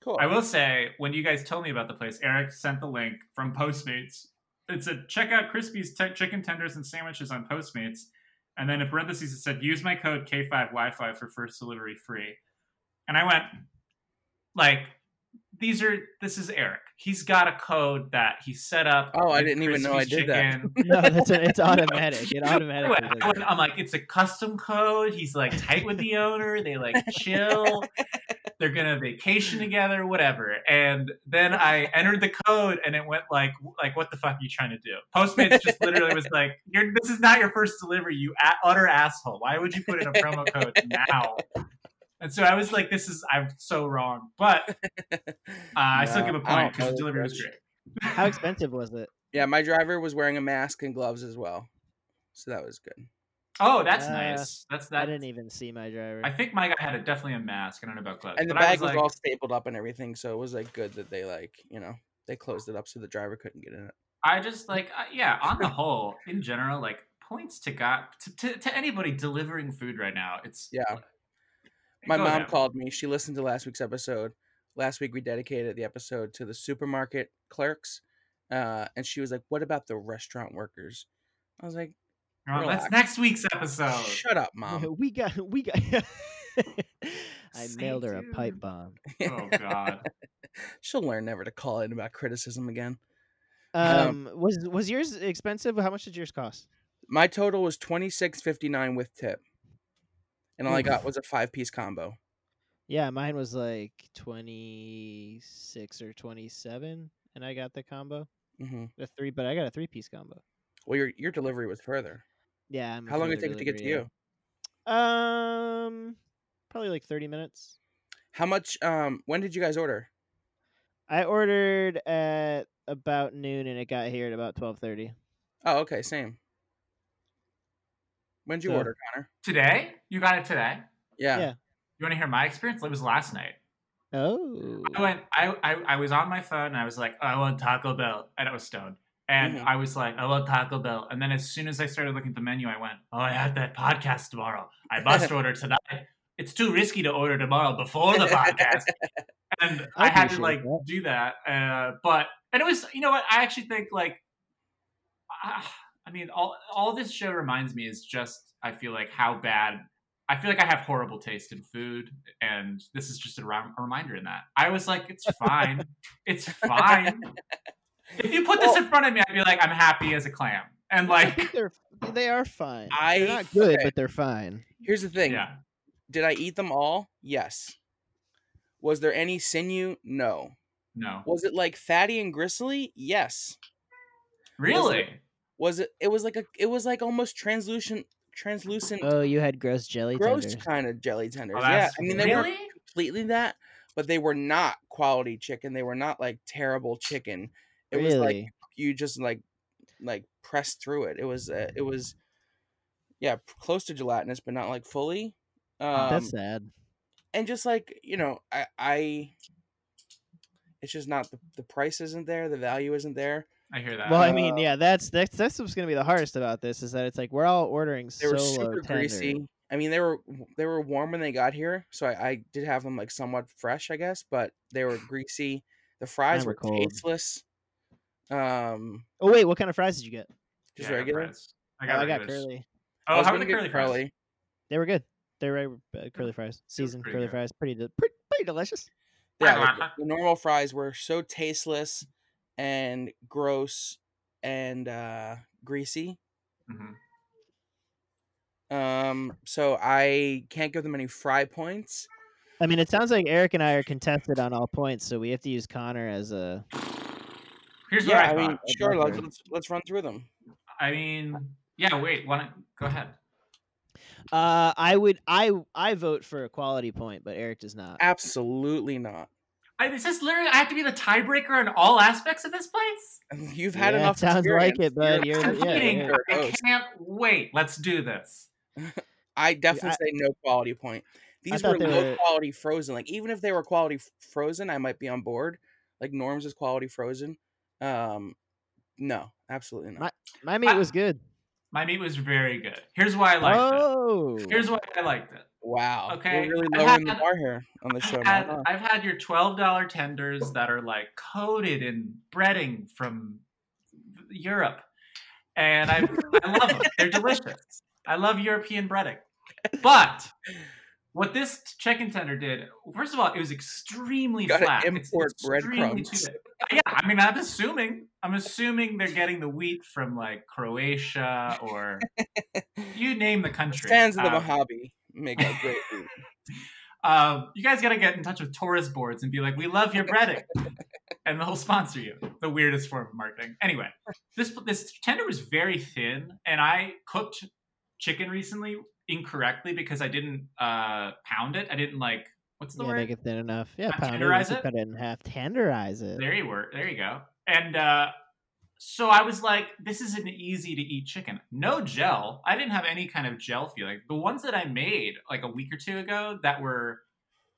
A: Cool.
E: I will say when you guys told me about the place, Eric sent the link from Postmates. It said check out Crispy's te- chicken tenders and sandwiches on Postmates, and then in parentheses it said use my code K5Wi-Fi for first delivery free. And I went like these are this is Eric. He's got a code that he set up.
A: Oh, I
E: with
A: didn't even know I
E: Crispy's
A: did that.
E: chicken.
B: <laughs>
E: <laughs>
B: No, that's a, it's automatic. It automatically.
E: Anyway,
B: does
E: I am like, it's a custom code. He's like tight with the owner. They like
A: <laughs>
E: chill. They're gonna vacation together, whatever. And then I entered the code, and it went like, like, what the fuck are you trying to do? Postmates just literally was like, You're, this is not your first delivery. You a- utter asshole. Why would you put in a promo code now? And so I was like, this is I'm so wrong, but uh, I still
A: No,
E: give a
A: I
E: point
A: don't
E: because
A: know
E: the delivery
A: this
E: was
A: much.
E: great.
B: it.
E: <laughs>
B: How expensive was it?
A: <laughs> Yeah, my driver was wearing a mask and gloves as well, so that was good.
E: Oh, that's
B: Uh,
E: nice. That's that.
B: I didn't even see my driver.
E: I think my guy had a, definitely a mask. I don't know about gloves.
A: and the
E: but I
A: bag was,
E: like,
A: all stapled up and everything, so it was like good that they like you know they closed it up so the driver couldn't get in it.
E: I just like uh, yeah. On the whole, in general, like points to God to, to, to anybody delivering food right now. It's
A: Yeah,
E: it
A: my
E: goes
A: mom
E: out.
A: called me. She listened to last week's episode. Last week we dedicated the episode to the supermarket clerks, uh, and she was like, "What about the restaurant workers?" I was like,
E: Mom, that's
A: relax.
E: next week's
A: <laughs>
E: episode.
A: "Shut up, mom."
B: <laughs> we got we got. I
E: Say
B: mailed her a pipe
E: dude.
B: bomb.
A: <laughs>
E: Oh God.
A: She'll learn never to call in about criticism again. Um,
B: Um, was was yours expensive? How much did yours cost?
A: My total was twenty six fifty nine with tip, and all I
B: Oof.
A: got was a five piece combo.
B: Yeah, mine was like twenty six or twenty seven, and I got the combo,
A: hmm
B: the three. But I got a three piece combo.
A: Well, your your delivery was further.
B: Yeah. I'm a
A: How long did it
B: further
A: take it to get to
B: delivery,
A: you?
B: yeah. Um, probably like 30 minutes.
A: How much? Um, when did you guys order?
B: I ordered at about noon and it got here at about 12:30.
A: Oh, okay, same. When'd you
B: So-
A: order, Connor?
E: Today? You got it today?
A: Yeah.
B: Yeah.
E: You want to hear my experience? It was last night.
B: Oh.
E: I went. I, I I was on my phone and I was like, "Oh, I want Taco Bell, and I was stoned. And
B: Mm-hmm.
A: Mhm.
E: I was like, I want Taco Bell. And then as soon as I started looking at the menu, I went, Oh, I have that podcast tomorrow.
B: <laughs>
E: I must order tonight. It's too risky to order tomorrow before the
B: <laughs>
E: podcast. and
B: I
E: I, had to like
B: appreciate that.
E: do that. Uh, but and it was, you know what? I actually think like, ah, I mean, all all this show reminds me is just I feel like how bad I feel like I have horrible taste in food, and this is just a, rom- a reminder in that. I was like, it's fine, it's
A: <laughs>
E: fine. If you put this in front of me, I'd be like, I'm happy as a clam, and
B: I think
E: like,
B: they're they are fine.
A: I-
B: they're not good,
A: okay.
B: but they're fine.
A: <laughs> Here's the thing.
E: yeah,
A: Did I eat them all? Yes. Was there any sinew? No.
E: no,
A: Was it like fatty and gristly? Yes.
E: really,
A: Was it? It was like a. It was like almost translucent, <laughs> translucent,
B: Oh, you had gross jelly
A: gross
B: tenders.
A: kind of jelly tenders.
E: Oh,
A: yeah,
E: that's-
A: I mean they were
E: really.
A: completely that, but they were not quality chicken. They were not like terrible chicken. It was like
B: really?
A: you just like like pressed through it. It was uh, it was yeah p- close to gelatinous, but not like fully. Um,
B: Ah, That's sad.
A: and just like you know, I, I it's just not the, the price isn't there, the value isn't there.
E: I hear that.
B: Well, I mean,
A: uh,
B: yeah, that's that's that's what's gonna be the hardest about this is that it's like we're all ordering
A: They were
B: solo
A: super
B: uh, tender.
A: greasy. I mean, they were they were warm when they got here, so I, I did have them like somewhat fresh, I guess, but they
B: <sighs>
A: were greasy. The fries
B: were
A: were
B: cold.
A: tasteless. Um,
B: Oh wait, what kind of fries did you get?
A: just
E: Yeah, I got
A: regular.
E: fries. I
B: Oh,
E: got,
B: I got
E: regulars.
B: curly.
A: I
E: Oh,
A: was
E: how are
A: gonna
E: the
A: get
E: curly fries?
B: They were good. They were uh, curly fries, seasoned
E: pretty
B: curly
E: good.
B: fries, pretty, de- pretty pretty
A: <laughs>
B: delicious.
A: yeah, like, the- the normal fries were so tasteless and gross and uh, greasy.
E: Mhm.
A: Um, so I can't give them any fry points.
B: I mean, it sounds like Eric and I are contested on all points, so we have to use Connor as a.
E: Here's
A: yeah,
E: what I,
A: I,
E: thought.
A: mean, sure,
B: love
A: let's,
B: them.
A: let's let's run through them.
E: I mean, yeah. Wait, why don't go ahead?
B: Uh, I would I I vote for a quality point, but Eric does not.
A: Absolutely not. <laughs>
E: I, is this literally? I have to be the tiebreaker on all aspects of this place.
A: You've had
B: Yeah,
A: enough.
B: sounds like it,
A: experience.
B: bud. You're-
E: I'm
A: an
B: yeah,
E: kidding.
A: expert
E: I
A: host.
E: can't wait. Let's do this.
A: I definitely
B: I-
A: say no quality point. These were
B: thought they
A: low
B: were-
A: quality frozen. Like even if they were quality f- frozen, I might be on board. Like Norm's is quality frozen. Um, no, absolutely not.
B: My meat
E: I-
B: was good.
E: My meat was very good. Here's why I liked
B: Oh,
E: it. Here's why I liked it.
A: Wow.
E: Okay,
A: We're really
E: I've
A: lowering the
E: had-
A: bar here on the
E: I've
A: show
E: had,
A: now. huh?
E: I've had your twelve dollar tenders that are like coated in breading from Europe, and I I love them.
A: <laughs>
E: They're delicious. I love European breading, but what this chicken tender did, first of all, it was extremely
A: Gotta
E: flat. It's
A: import
E: extremely
A: breadcrumbs.
E: too big. Yeah, I mean, I'm assuming I'm assuming they're getting the wheat from like Croatia
A: <laughs>
E: or you name the
A: The
E: country.
A: Sands of the
E: Um,
A: Mojave make a
E: <laughs>
A: great food.
E: um, you guys got to get in touch with tourist boards and be like, "We love your breading," and they'll sponsor you. The weirdest form of marketing. Anyway, this this tender was very thin, and I cooked chicken recently incorrectly because I didn't uh, pound it. I didn't like what's the
B: yeah,
E: word?
B: make it thin enough. Yeah,
E: Not
B: pound it,
E: tenderize
B: you can
E: it?
B: cut it in half, tenderize it.
E: There you were. There you go. And uh, so I was like, this is an easy to eat chicken. No gel. I didn't have any kind of gel feeling. The ones that I made like a week or two ago that were,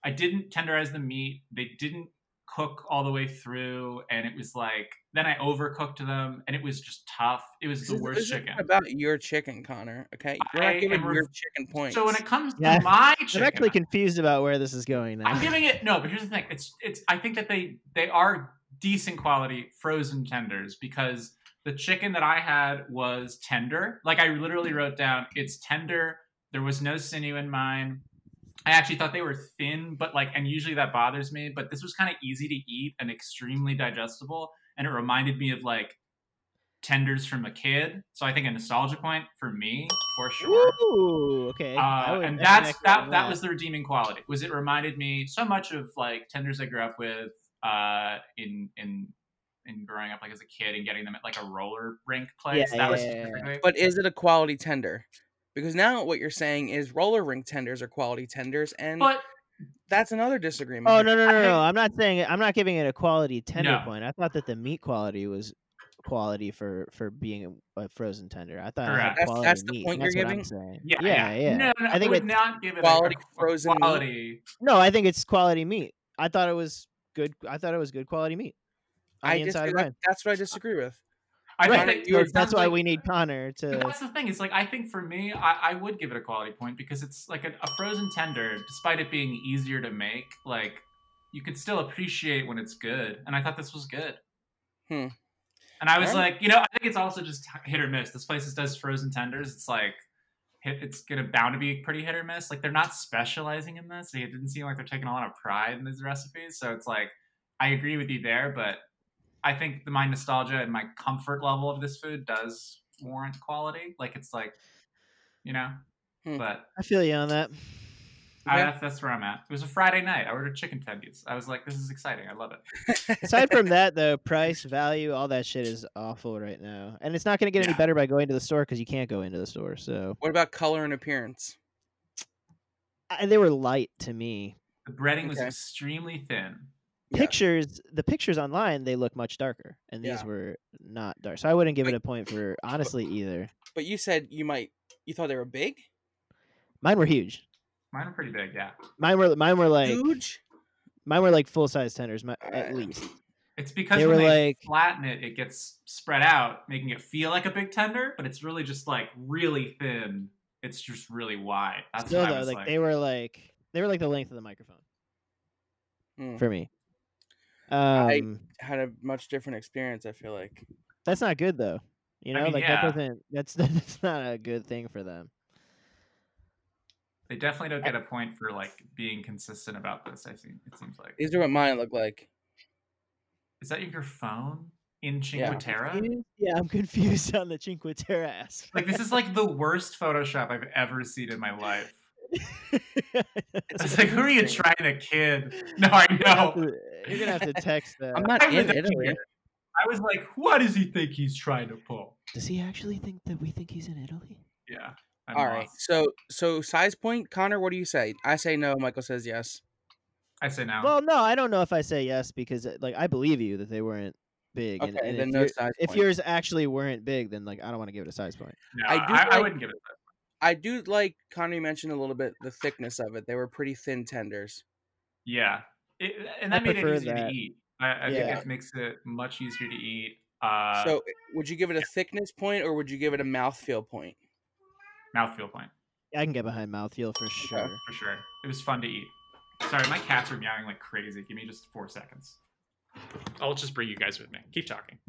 E: I didn't tenderize the meat. They didn't cook all the way through. And it was like, then I overcooked them and it was just tough. It was
A: This
E: the
A: is-
E: worst
A: this is not
E: chicken.
A: About your chicken, Connor. Okay, we're
E: I
A: not giving
E: am ref-
A: your chicken points.
E: So when it comes to
B: Yeah.
E: my
B: I'm
E: chicken,
B: actually confused about where this is going now.
E: I'm giving it no, but here's the thing. It's it's I think that they they are decent quality frozen tenders because the chicken that I had was tender. Like I literally wrote down it's tender. There was no sinew in mine. I actually thought they were thin, but like and usually that bothers me, but this was kind of easy to eat and extremely digestible and it reminded me of like tenders from a kid. So I think a nostalgia point for me for sure.
B: <laughs> Ooh, okay. I
E: Uh,
B: would- I can
E: and that's
B: actually
E: that,
B: do
E: that was the redeeming quality was it reminded me so much of like tenders I grew up with uh, in in in growing up like as a kid and getting them at like a roller rink place.
B: Yeah,
E: that was
B: yeah, yeah, yeah.
E: specifically-
A: but is it a quality tender? because now what you're saying is roller rink tenders are quality tenders, and
E: But
A: that's another disagreement.
B: Oh no no no
E: I-
B: no! I'm not saying I'm not giving it a quality tender
E: No.
B: point. I thought that the meat quality was quality for for being a, a frozen tender. I thought it had
E: Correct.
A: That's-
B: quality
A: that's the
B: meat.
A: point
B: That's
A: you're
B: what I'm
A: giving?
B: saying.
E: yeah,
B: yeah, yeah.
E: No, no,
B: I think
E: I would
B: it's-
E: not give it
A: Quality
E: a, a
A: frozen meat.
E: quality.
B: No, I think it's quality meat. I thought it was good. I thought it was good quality meat. On
A: I
B: the inside
A: disagree.
B: of
A: That,
B: mine.
A: that's what I disagree with.
E: I
A: Right.
E: think that
A: You
B: So
A: were-
B: that's
E: it sounds
B: why
E: like-
B: we need Connor
E: But
B: to.
E: that's the thing. It's like I think for me, I, I would give it a quality point because it's like a, a frozen tender, despite it being easier to make. Like you could still appreciate when it's good, and I thought this was good.
A: Hmm.
E: And I was
A: Alright.
E: like, you know, I think it's also just hit or miss. This place just does frozen tenders. It's like hit, it's gonna bound to be pretty hit or miss. Like they're not specializing in this. It didn't seem like they're taking a lot of pride in these recipes. So it's like I agree with you there, but I think the, my nostalgia and my comfort level of this food does warrant quality. Like it's like, you know,
A: Hmm.
E: but
B: I feel you on that.
E: I,
A: Yeah.
E: that's, that's where I'm at. It was a Friday night. I ordered chicken tendies. I was like, this is exciting. I love it.
B: Aside from that, though, price, value, all that shit is awful right now, and it's not going to get any
E: Yeah.
B: better by going to the store because you can't go into the store. So
A: <laughs> What about color and appearance?
B: I, they were light to me.
E: The breading was
A: Okay.
E: extremely thin.
A: Yeah.
B: Pictures, the pictures online, they look much darker, and these
A: Yeah.
B: were not dark. So I wouldn't give it a point for honestly either.
A: But you said you might you thought they were big,
B: Mine were huge.
E: Mine are pretty big, yeah.
B: Mine were mine were like
A: huge.
B: mine were like full size tenders, my,
A: Uh,
B: at least.
E: It's because
B: They
E: when
B: were
E: they
B: like-
E: flatten it, it gets spread out, making it feel like a big tender, but it's really just like really thin. It's just really wide. That's
B: Still
E: what I
B: though,
E: was
B: like,
E: like.
B: they were like they were like the length of the microphone
A: Mm.
B: for me. Um,
A: I- Had a much different experience. I feel like.
B: that's not good though. You
E: I
B: know,
E: mean,
B: like
E: yeah.
B: that doesn't that's <laughs> that's not a good thing for them.
E: They definitely don't get a point for like being consistent about this. I think it seems like.
A: These are what mine look like.
E: Is that your phone in Cinque
A: Yeah.
E: Terre?
B: <laughs> Confused? Yeah, I'm confused on the Cinque Terre ass.
E: Like this is like the worst Photoshop I've ever seen in my life.
B: <laughs>
E: It's like, who are you
A: amazing.
E: trying to kid? <laughs> No, I
B: You're gonna have
E: know.
B: to, you're gonna have to
E: <laughs>
B: text that.
A: I'm not
E: I was
A: in
E: actually
A: Italy.
E: good. I was like, what does he think he's trying to pull?
B: Does he actually think that we think he's in Italy?
E: Yeah. I'm
A: All right.
E: lost.
A: So so size point, Connor. What do you say? I say no. Michael says yes.
E: I say now.
B: Well, no, I don't know if I say yes because uh, like I believe you that they weren't big. and-
A: Okay,
B: and
A: then
B: if
A: no
B: your-
A: size
B: If
A: point.
B: yours actually weren't big, then like I don't want to give it a size point.
E: no,
A: I
E: I,
A: do
E: I,
A: like-
E: wouldn't give it that.
A: I do like Connor mentioned a little bit the thickness of it. They were pretty thin tenders.
E: Yeah. It, and
B: I
E: that made it
B: prefer
E: easier
B: that.
E: to eat. I, I
B: Yeah.
E: think it makes it much easier to eat. Uh,
A: so would you give it a thickness point or would you give it a mouthfeel point?
E: mouthfeel point
B: I can get behind mouthfeel for sure.
E: for sure. It was fun to eat. Sorry, my cats are meowing like crazy. Give me just four seconds. I'll just bring you guys with me. Keep talking.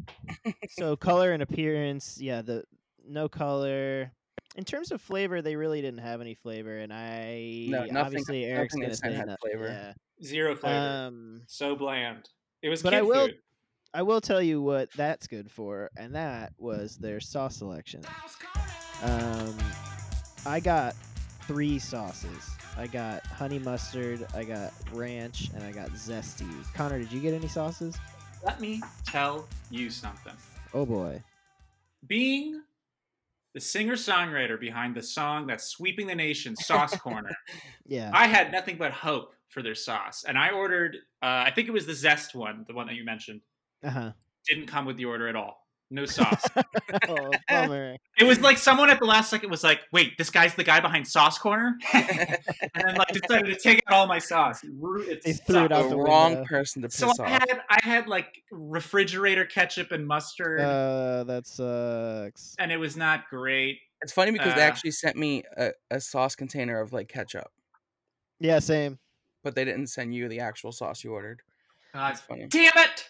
B: so color and appearance, yeah, the no color. In terms of flavor, they really didn't have any flavor, and I
A: nothing-
B: obviously Eric's
A: nothing
B: gonna
A: they said
B: say
A: had
B: no-
A: flavor.
B: Yeah.
F: Zero flavor.
B: Um,
F: so bland. It was
B: but
F: kid
B: I will-
F: food.
B: I will tell you what that's good for, and that was their sauce selection. Um, I got three sauces. I got honey mustard, I got ranch, and I got zesty. Connor, did you get any sauces?
F: Let me tell you something.
B: Oh boy.
F: Being the singer-songwriter behind the song that's sweeping the nation,
B: <laughs>
F: Sauce Corner,
B: Yeah.
F: I had nothing but hope for their sauce, and I ordered. Uh, I think it was the zest one, the one that you mentioned.
B: Uh huh.
F: Didn't come with the order at all. No
B: <laughs>
F: sauce.
B: Oh, bummer.
F: it was like someone at the last second was like, "Wait, this guy's the guy behind Sauce
B: <laughs>
F: Corner," and then like decided to take out all my sauce. It ru- it
B: They threw it
F: sucked.
B: out
A: the
B: the
A: wrong
B: window.
A: person to piss
F: So
A: off.
F: I had I had like refrigerator ketchup and mustard,
B: Uh, that sucks.
F: and it was not great.
A: it's funny because they
F: uh,
A: actually sent me a, a sauce container of like ketchup,
B: Yeah, same.
A: but they didn't send you the actual sauce you ordered.
F: God
A: That's funny.
F: damn it!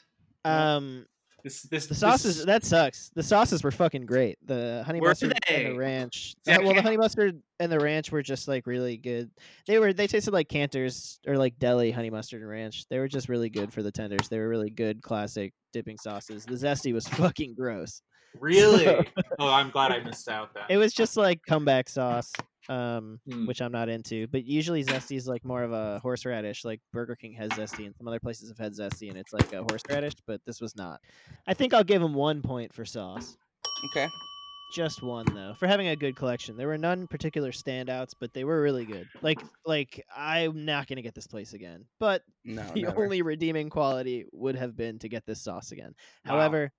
B: Um,
F: This this
B: uh, the sauces
F: this-
B: that sucks. The sauces were fucking great. The honey
F: Were
B: mustard
F: they?
B: and the ranch.
F: Yeah,
B: Uh, well, the
F: yeah.
B: honey mustard and the ranch were just like really good. They were they tasted like Cantor's or like deli honey mustard and ranch. They were just really good for the tenders. They were really good classic dipping sauces. The zesty was <laughs> fucking gross. <laughs>
F: really. oh, I'm glad I missed out. That
B: It was just like comeback sauce. Um,
F: Hmm.
B: which I'm not into. But usually zesty is like more of a horseradish. Like Burger King has zesty, and some other places have had zesty, and it's like a horseradish. But this was not. I think I'll give him one point for sauce.
A: Okay.
B: Just one though, for having a good collection. There were none particular standouts, but they were really good. Like, like I'm not gonna get this place again, but <laughs>
A: No,
B: the
A: never.
B: only redeeming quality would have been to get this sauce again.
E: Wow.
B: However,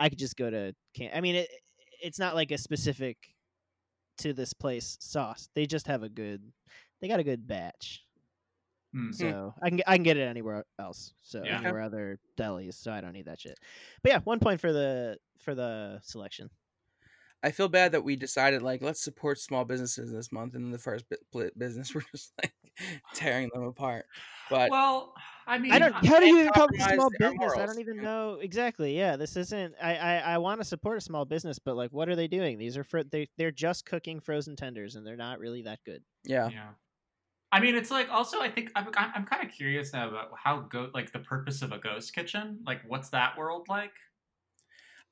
B: I could just go to can. I mean, it, it's not like a specific to this place sauce. They just have a good. They got a good batch,
E: Hmm.
B: so I can get, I can get it anywhere else. So
E: Yeah.
B: anywhere other delis. So I don't need that shit. But yeah, one point for the for the selection.
A: I feel bad that we decided like let's support small businesses this month, and then the first bu- bu- business <laughs> we're just like tearing them apart. But
E: Well, I mean,
B: I don't. How do
A: they
B: you even call it
A: compromised
B: small
A: their
B: business? I
A: morals,
B: don't even
A: you
B: know exactly. Yeah, this isn't. I I, I want to support a small business, but like, what are they doing? These are for they they're just cooking frozen tenders, and they're not really that good.
A: yeah,
E: Yeah. I mean, it's like also I think I'm I'm, I'm kind of curious now about how go like the purpose of a ghost kitchen. Like, what's that world like?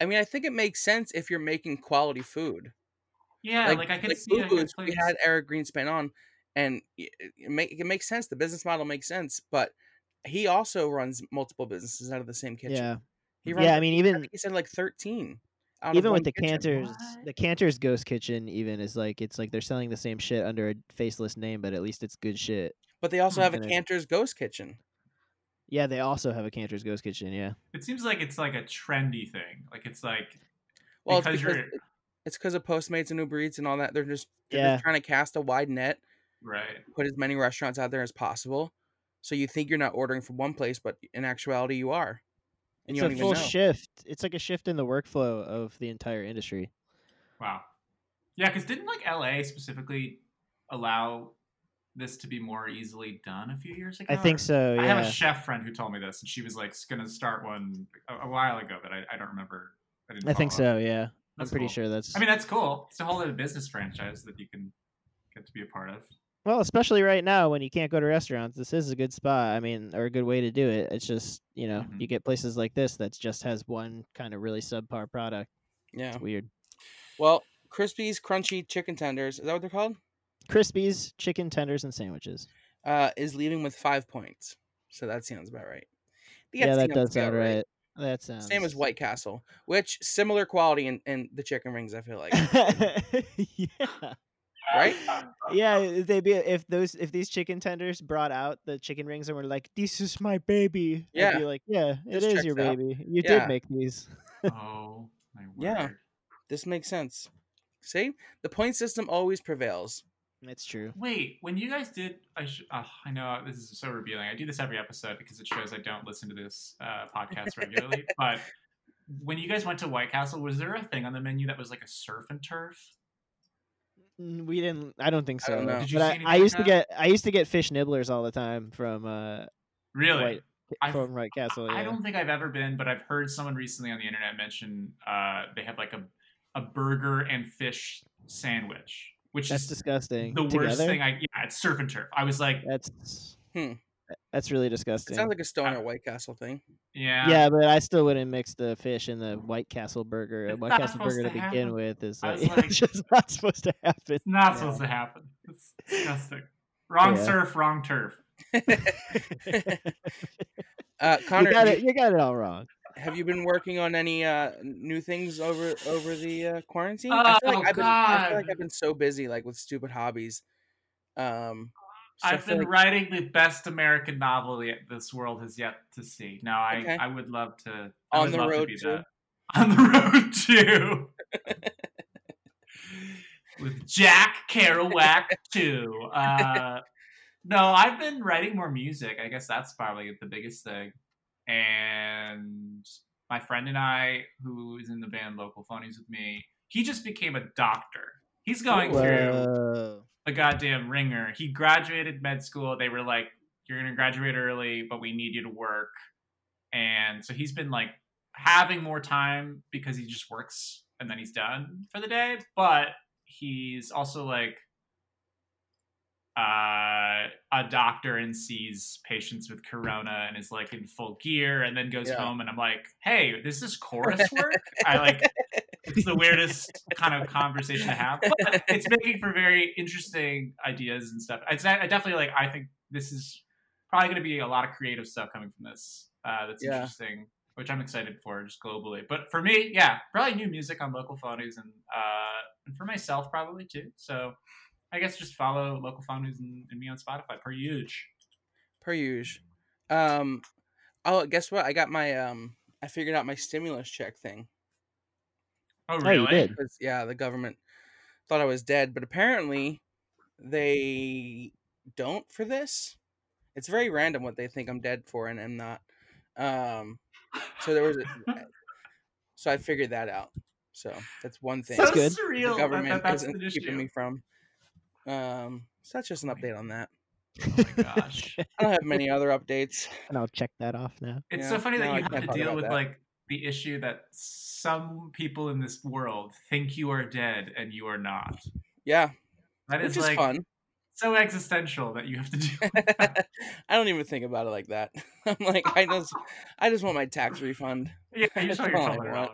A: I mean, I think it makes sense if you're making quality food.
E: Yeah, like, I can see like, a
A: Boo-Boo's, we
E: place-
A: had Eric Greenspan on, and y- it, it, make, it makes sense. The business model makes sense, but he also runs multiple businesses out of the same kitchen.
B: Yeah,
A: he runs,
B: yeah. I mean,
A: I
B: even
A: think he said like thirteen. out of
B: even
A: one
B: with the
A: kitchen.
B: Cantor's
E: What?
B: the Cantor's Ghost Kitchen, even is like it's like they're selling the same shit under a faceless name, but at least it's good shit.
A: but they also have a
B: Gonna-
A: Cantor's Ghost Kitchen.
B: Yeah, they also have a Cantor's Ghost Kitchen. Yeah,
E: It seems like it's like a trendy thing. Like it's like
A: Well,
E: Because
A: it's because
E: you're-
A: it's because of Postmates and Uber Eats and all that. They're just they're
B: Yeah.
A: just trying to cast a wide net,
E: right.
A: put as many restaurants out there as possible. So you think you're not ordering from one place, but in actuality you are. And
B: it's
A: you don't
B: a
A: even
B: full
A: know.
B: shift. It's like a shift in the workflow of the entire industry.
E: Wow. Yeah, because didn't like LA specifically allow this to be more easily done a few years ago?
B: I think
E: Or-
B: so. Yeah.
E: I have a chef friend who told me this, and she was like s- gonna start one a, a while ago, but I, I don't remember. I, didn't
B: I think
E: follow up.
B: so. Yeah.
E: That's
B: I'm pretty
E: cool.
B: sure that's.
E: I mean, that's cool. It's a whole other business franchise that you can get to be a part of.
B: Well, especially right now when you can't go to restaurants, this is a good spot. I mean, or a good way to do it. It's just you know
A: Mm-hmm.
E: Mhm.
B: you get places like this that just has one kind of really subpar product.
A: Yeah.
B: It's weird.
A: Well, Crispies Crunchy Chicken Tenders, is that what they're called?
B: Crispies, chicken tenders, and sandwiches.
A: Uh, is leaving with five points. So that sounds about right.
B: Yeah, that
A: sounds
B: does sound
A: about
B: right. That sounds
A: Same as White Castle, which similar quality in, in the chicken rings, I feel like.
B: <laughs> yeah. <laughs>
A: right?
B: Yeah, if they be if those if these chicken tenders brought out the chicken rings and were like, "This is my baby." I'd
A: Yeah.
B: be like, "Yeah, it
A: This
B: is your
A: checks out.
B: baby. You
A: Yeah.
B: did make these."
E: oh my word!
A: Yeah. This makes sense. See? The point system always prevails.
B: That's true.
E: Wait, when you guys did, I sh- oh, I know this is so revealing. I do this every episode because it shows I don't listen to this uh,
B: <laughs>
E: podcast regularly. but when you guys went to White Castle, was there a thing on the menu that was like a surf and turf?
B: Mm, We didn't. I don't think
A: I
B: so.
A: don't know.
E: Did you
B: But
E: see
B: I,
E: anything
B: I
E: like
B: used to get
E: that?
B: I used to get fish nibblers all the time from uh
E: Really?
B: White
E: I've-
B: from White Castle. Yeah.
E: I don't think I've ever been, but I've heard someone recently on the internet mention uh, they have like a a burger and fish sandwich, which
B: That's
E: is
B: disgusting.
E: the worst
B: Together?
E: thing. I yeah, it's surf and turf. I was like,
B: That's
A: Hmm.
B: that's really
A: It
B: disgusting.
A: sounds like
E: Uh
A: a stoner White Castle thing.
E: yeah,
B: yeah, but I still wouldn't mix the fish and the White Castle burger. A
E: It's
B: White
E: not
B: Castle
E: supposed
B: burger to,
E: to
B: begin
E: happen.
B: with is
E: I
B: like,
E: was
B: <laughs>
E: like-
B: it's just not supposed to happen.
E: it's not supposed to happen. It's disgusting. Wrong
B: Yeah.
E: surf, wrong turf.
A: Uh, Connor,
B: you got
A: have
B: it.
A: you,
B: You got it all wrong.
A: have you been working on any uh, new things over over the uh, quarantine?
E: Oh,
A: like I've been, I feel like
E: God.
A: I've been so busy, like with stupid hobbies. Um, so I
E: I've
A: feel
E: been
A: like-
E: writing the best American novel yet this world has yet to see. No, I,
A: Okay.
E: I would love to. I
A: On
E: would
A: the
E: love
A: road
E: to be
A: too?
E: that. <laughs> On the road too. With Jack Kerouac too. Uh, no, I've been writing more music. I guess that's probably the biggest thing. And my friend and I, who is in the band Local Phonies with me, he just became a doctor. He's
A: Oh,
E: going through
B: Whoa.
E: the goddamn ringer. He graduated med school. They were like, "You're gonna graduate early, but we need you to work." And so he's been like having more time because he just works and then he's done for the day. But he's also like uh, a doctor and sees patients with corona and is like in full gear and then goes
A: Yeah.
E: home. And I'm like, "Hey, this is chorus work." I like it's the weirdest kind of conversation to have. But it's making for very interesting ideas and stuff. It's I definitely like I think this is probably going to be a lot of creative stuff coming from this. Uh, that's
A: Yeah.
E: interesting which I'm excited for just globally. But for me, yeah, probably new music on local phonies and uh, and for myself probably too. So I guess just follow local phonies and, and me on Spotify per huge.
A: per usual. Um, oh, guess what? I got my um, I figured out my stimulus check thing.
E: Oh
B: Oh, you
E: really?
B: did.
A: 'Cause, yeah, the government thought I was dead, but apparently they don't for this. It's very random what they think I'm dead for and I'm not. Um, so there was,
E: <laughs>
A: a, uh, so I figured that out. So that's one thing.
E: So
B: That's good.
E: surreal.
A: the
E: that-
A: government
E: that, that's
A: isn't
E: an
A: keeping
E: issue.
A: me from. Um, so that's just an update on that.
E: Oh
A: <laughs>
E: my gosh. <laughs>
A: I don't have many other updates.
B: and I'll check that off now.
E: It's
A: Yeah,
E: so funny that
A: no, I
E: you have
A: can't
E: to
A: talk
E: deal
A: about
E: with
A: that.
E: like the issue that some people in this world think you are dead and you are not.
A: Yeah,
E: That is
A: which is
E: like
A: fun. <laughs>
E: so existential that you have to deal <laughs> with that.
A: I don't even think about it like that. <laughs> I'm like, I just, I just want my
E: <laughs>
A: tax refund. <laughs>
E: yeah, you just want your
A: Oh,
E: dollar out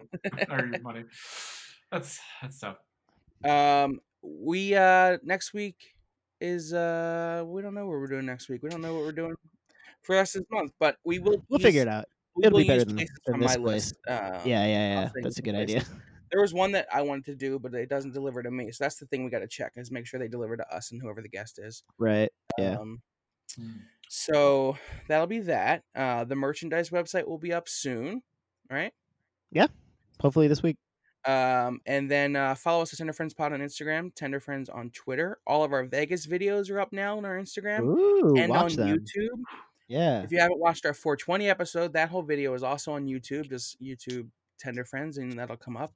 E: or your money. That's that's tough.
A: Um, we uh next week is uh we don't know what we're doing next week. We don't know what we're doing for us this month, but we will.
B: We'll figure it out.
A: We
B: It'll
A: will
B: be better
A: use
B: than-
A: places
B: than
A: from
B: this
A: my
B: place.
A: list. Uh,
B: yeah, yeah, yeah.
A: saying
B: That's a good
A: different
B: idea.
A: There was one that I wanted to do, but it doesn't deliver to me. So that's the thing we got to check is make sure they deliver to us and whoever the guest is.
B: <laughs> Right. Yeah.
A: Um,
E: Hmm.
A: so that'll be that. Uh, the merchandise website will be up soon, right?
B: Hopefully this week.
A: Um, and then uh, follow us at Tender Friends Pod on Instagram, Tender Friends on Twitter. All of our Vegas videos are up now on our Instagram
B: Ooh,
A: and
B: watch
A: on
B: them.
A: YouTube.
B: Yeah.
A: If you haven't watched our 420 episode, that whole video is also on YouTube. Just YouTube Tender Friends, and that'll come up.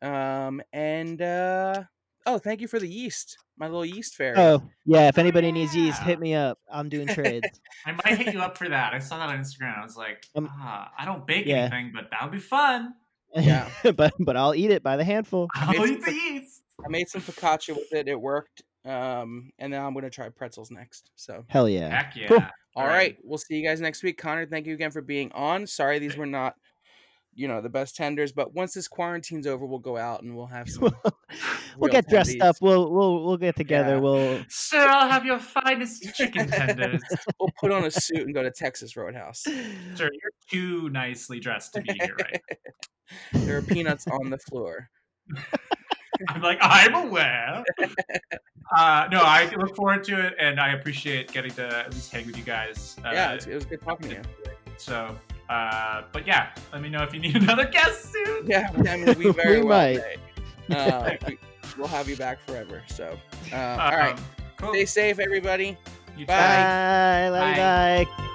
A: Um, and uh, oh, thank you for the yeast, my little yeast fairy.
B: Oh, yeah. If anybody needs yeast,
E: Yeah.
B: hit me up. I'm doing trades.
E: I might hit you up for that. I saw that on Instagram. I was like,
B: Um,
E: ah, I don't bake
B: yeah.
E: anything, but that would be fun.
A: <laughs>
E: <laughs>
A: Yeah.
B: <laughs> but but I'll eat it by the handful.
E: I'll eat
A: It's- <laughs>
E: the yeast.
A: I made some focaccia with it; it worked. Um, and then I'm gonna try pretzels next. So
B: Hell yeah.
E: Heck yeah.
B: Cool.
A: All
E: All
A: right.
E: right.
A: We'll see you guys next week. Connor, thank you again for being on. Sorry these were not, you know, the best tenders, but once this quarantine's over, we'll go out and we'll have some.
B: <laughs> we'll
A: Real
B: get dressed
A: tendies.
B: up. We'll we'll we'll get together.
A: Yeah. <laughs>
B: We'll
E: Sir, I'll have your finest chicken tenders.
A: we'll put on a suit and go to Texas Roadhouse.
E: Sir, you're too nicely dressed to be here right
A: There are peanuts on the floor.
E: I'm like, I'm aware. uh, no, I look forward to it, and I appreciate getting to at least hang with you guys. Uh,
A: Yeah, it's- it was good talking to you.
E: So, uh, but yeah, let me know if you need <laughs> another guest soon.
A: Yeah, I mean, we very
B: We
A: well
B: might.
A: may. Uh, we, will have you back forever. So, uh, all right.
E: Um, cool.
A: Stay safe, everybody.
E: You too.
A: Bye.
B: Bye. Love you,
E: Bye.
B: bye.